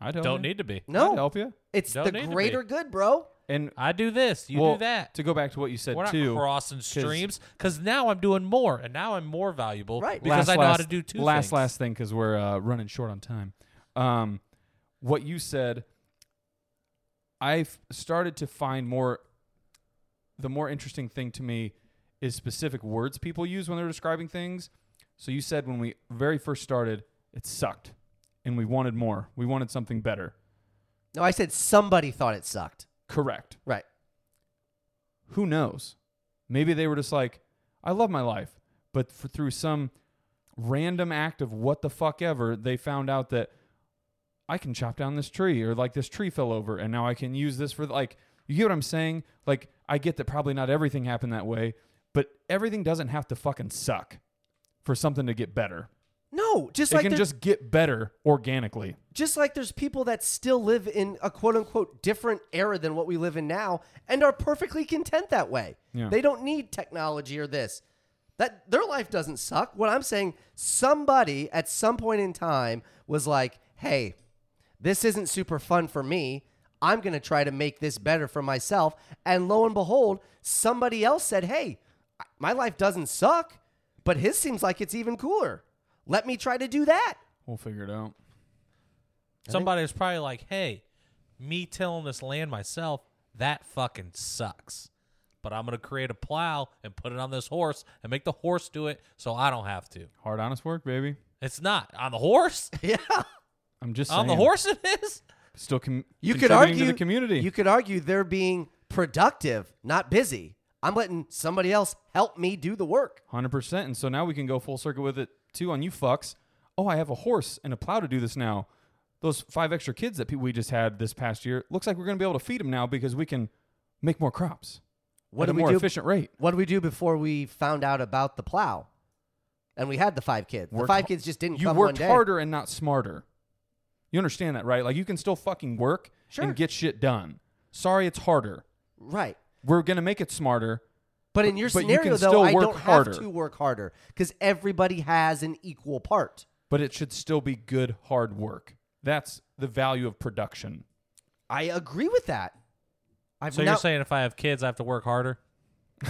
I don't.
Don't need to be.
I'd
No.
help you.
It's
Don't
the
need to be.
greater good, bro.
And
I do this. You
well,
do that.
To go back to what you said
We're not
too.
crossing streams because now I'm doing more, and now I'm more valuable
Right.
because
last,
I know
last,
how to do two
Last
things.
last thing because we're uh, running short on time. Um, what you said, I've started to find more. The more interesting thing to me is specific words people use when they're describing things. So you said when we very first started, it sucked, and we wanted more. We wanted something better.
No, I said somebody thought it sucked.
Correct.
Right.
who knows? Maybe they were just like, I love my life. But for, through some random act of what the fuck ever, they found out that I can chop down this tree or like this tree fell over and now I can use this for like, you get what I'm saying? Like, I get that probably not everything happened that way, but everything doesn't have to fucking suck for something to get better.
No, just
it
like
can
they're-
just get better organically.
just like there's people that still live in a quote unquote different era than what we live in now and are perfectly content that way.
Yeah.
They don't need technology or this. That their life doesn't suck. What I'm saying, somebody at some point in time was like, "Hey, this isn't super fun for me. I'm going to try to make this better for myself." And lo and behold, somebody else said, "Hey, my life doesn't suck, but his seems like it's even cooler. Let me try to do that."
We'll figure it out.
Somebody was probably like, "Hey, me tilling this land myself, that fucking sucks." But I'm gonna create a plow and put it on this horse and make the horse do it, so I don't have to.
Hard, honest work, baby.
It's not on the horse.
Yeah.
I'm just
on the
saying.
horse, it is.
Still, com-
you could
contributing
argue
to the community.
You could argue they're being productive, not busy. I'm letting somebody else help me do the work.
Hundred percent. And so now we can go full circle with it too on you fucks. Oh, I have a horse and a plow to do this now. Those five extra kids that pe- we just had this past year looks like we're going to be able to feed them now because we can make more crops
What
at a
do we
more
do?
efficient rate.
What did we do before we found out about the plow? And we had the five kids. The
Worked
five
ha-
kids just didn't
You
come one
worked
day.
harder and not smarter. You understand that, right? Like you can still fucking work
Sure.
and get shit done. Sorry, it's harder.
Right.
We're going to make it smarter.
But in your
But you
scenario,
can
though,
still
I
work
don't
harder.
have to work harder because everybody has an equal part.
But it should still be good hard work. That's the value of production.
I agree with that. I've
So
now-
you're saying if I have kids, I have to work harder?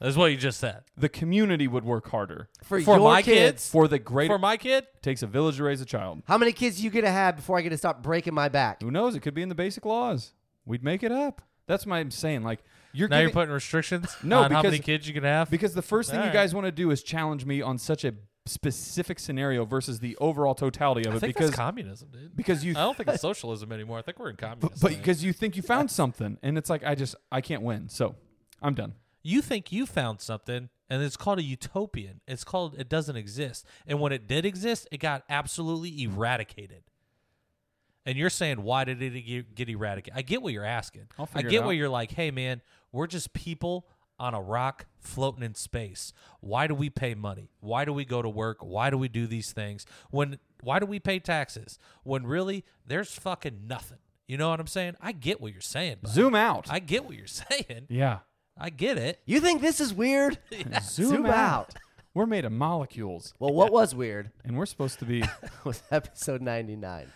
That's what you just said.
The community would work harder
for,
for
your
my kids?
for the greater.
For my kid,
takes a village to raise a child.
how many kids you gonna have before I get to stop breaking my back?
Who knows? It could be in the basic laws. We'd make it up. That's my I'm saying. Like you're
now you're
giving-
putting restrictions
No,
on how many
because-
kids you can have.
because the first thing you
Alright.
guys want to do is challenge me on such a specific scenario versus the overall totality of
I
it
think
because
that's communism, dude.
because you
I don't think it's socialism anymore. I think we're in communism.
but because you think you found something and it's like I just I can't win. So I'm done.
you think you found something and it's called a utopian it's called it doesn't exist and when it did exist it got absolutely eradicated and you're saying why did it get- get eradicated i get what you're asking
I'll
i
figure it
get
out.
what you're like hey man we're just people on a rock floating in space. Why do we pay money? Why do we go to work? Why do we do these things? When why do we pay taxes? When really there's fucking nothing. You know what I'm saying? I get what you're saying. buddy.
Zoom out.
I get what you're saying.
yeah.
I get it.
You think this is weird?
Zoom,
Zoom out.
We're made of molecules,
Well, what was weird
and we're supposed to be.
was episode 99.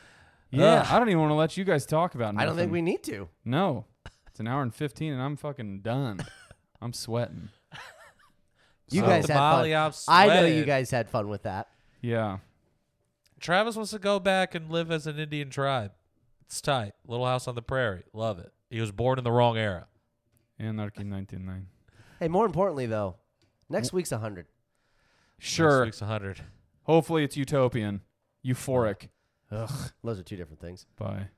Yeah, I don't even want to let you guys talk about. Nothing.
I don't think we need to.
No, it's an hour and fifteen, and I'm fucking done. I'm sweating.
You
So-
guys had
Molly,
fun.
I'm
I know you
sweating.
guys had fun with that.
Yeah,
Travis wants to go back and live as an Indian tribe. It's tight. Little House on the Prairie. Love it. He was born in the wrong era.
Anarchy 199.
Hey, more importantly though, next week's 100.
Next
Sure.
week's 100.
Hopefully, it's utopian, euphoric.
Those are two different things.
Bye.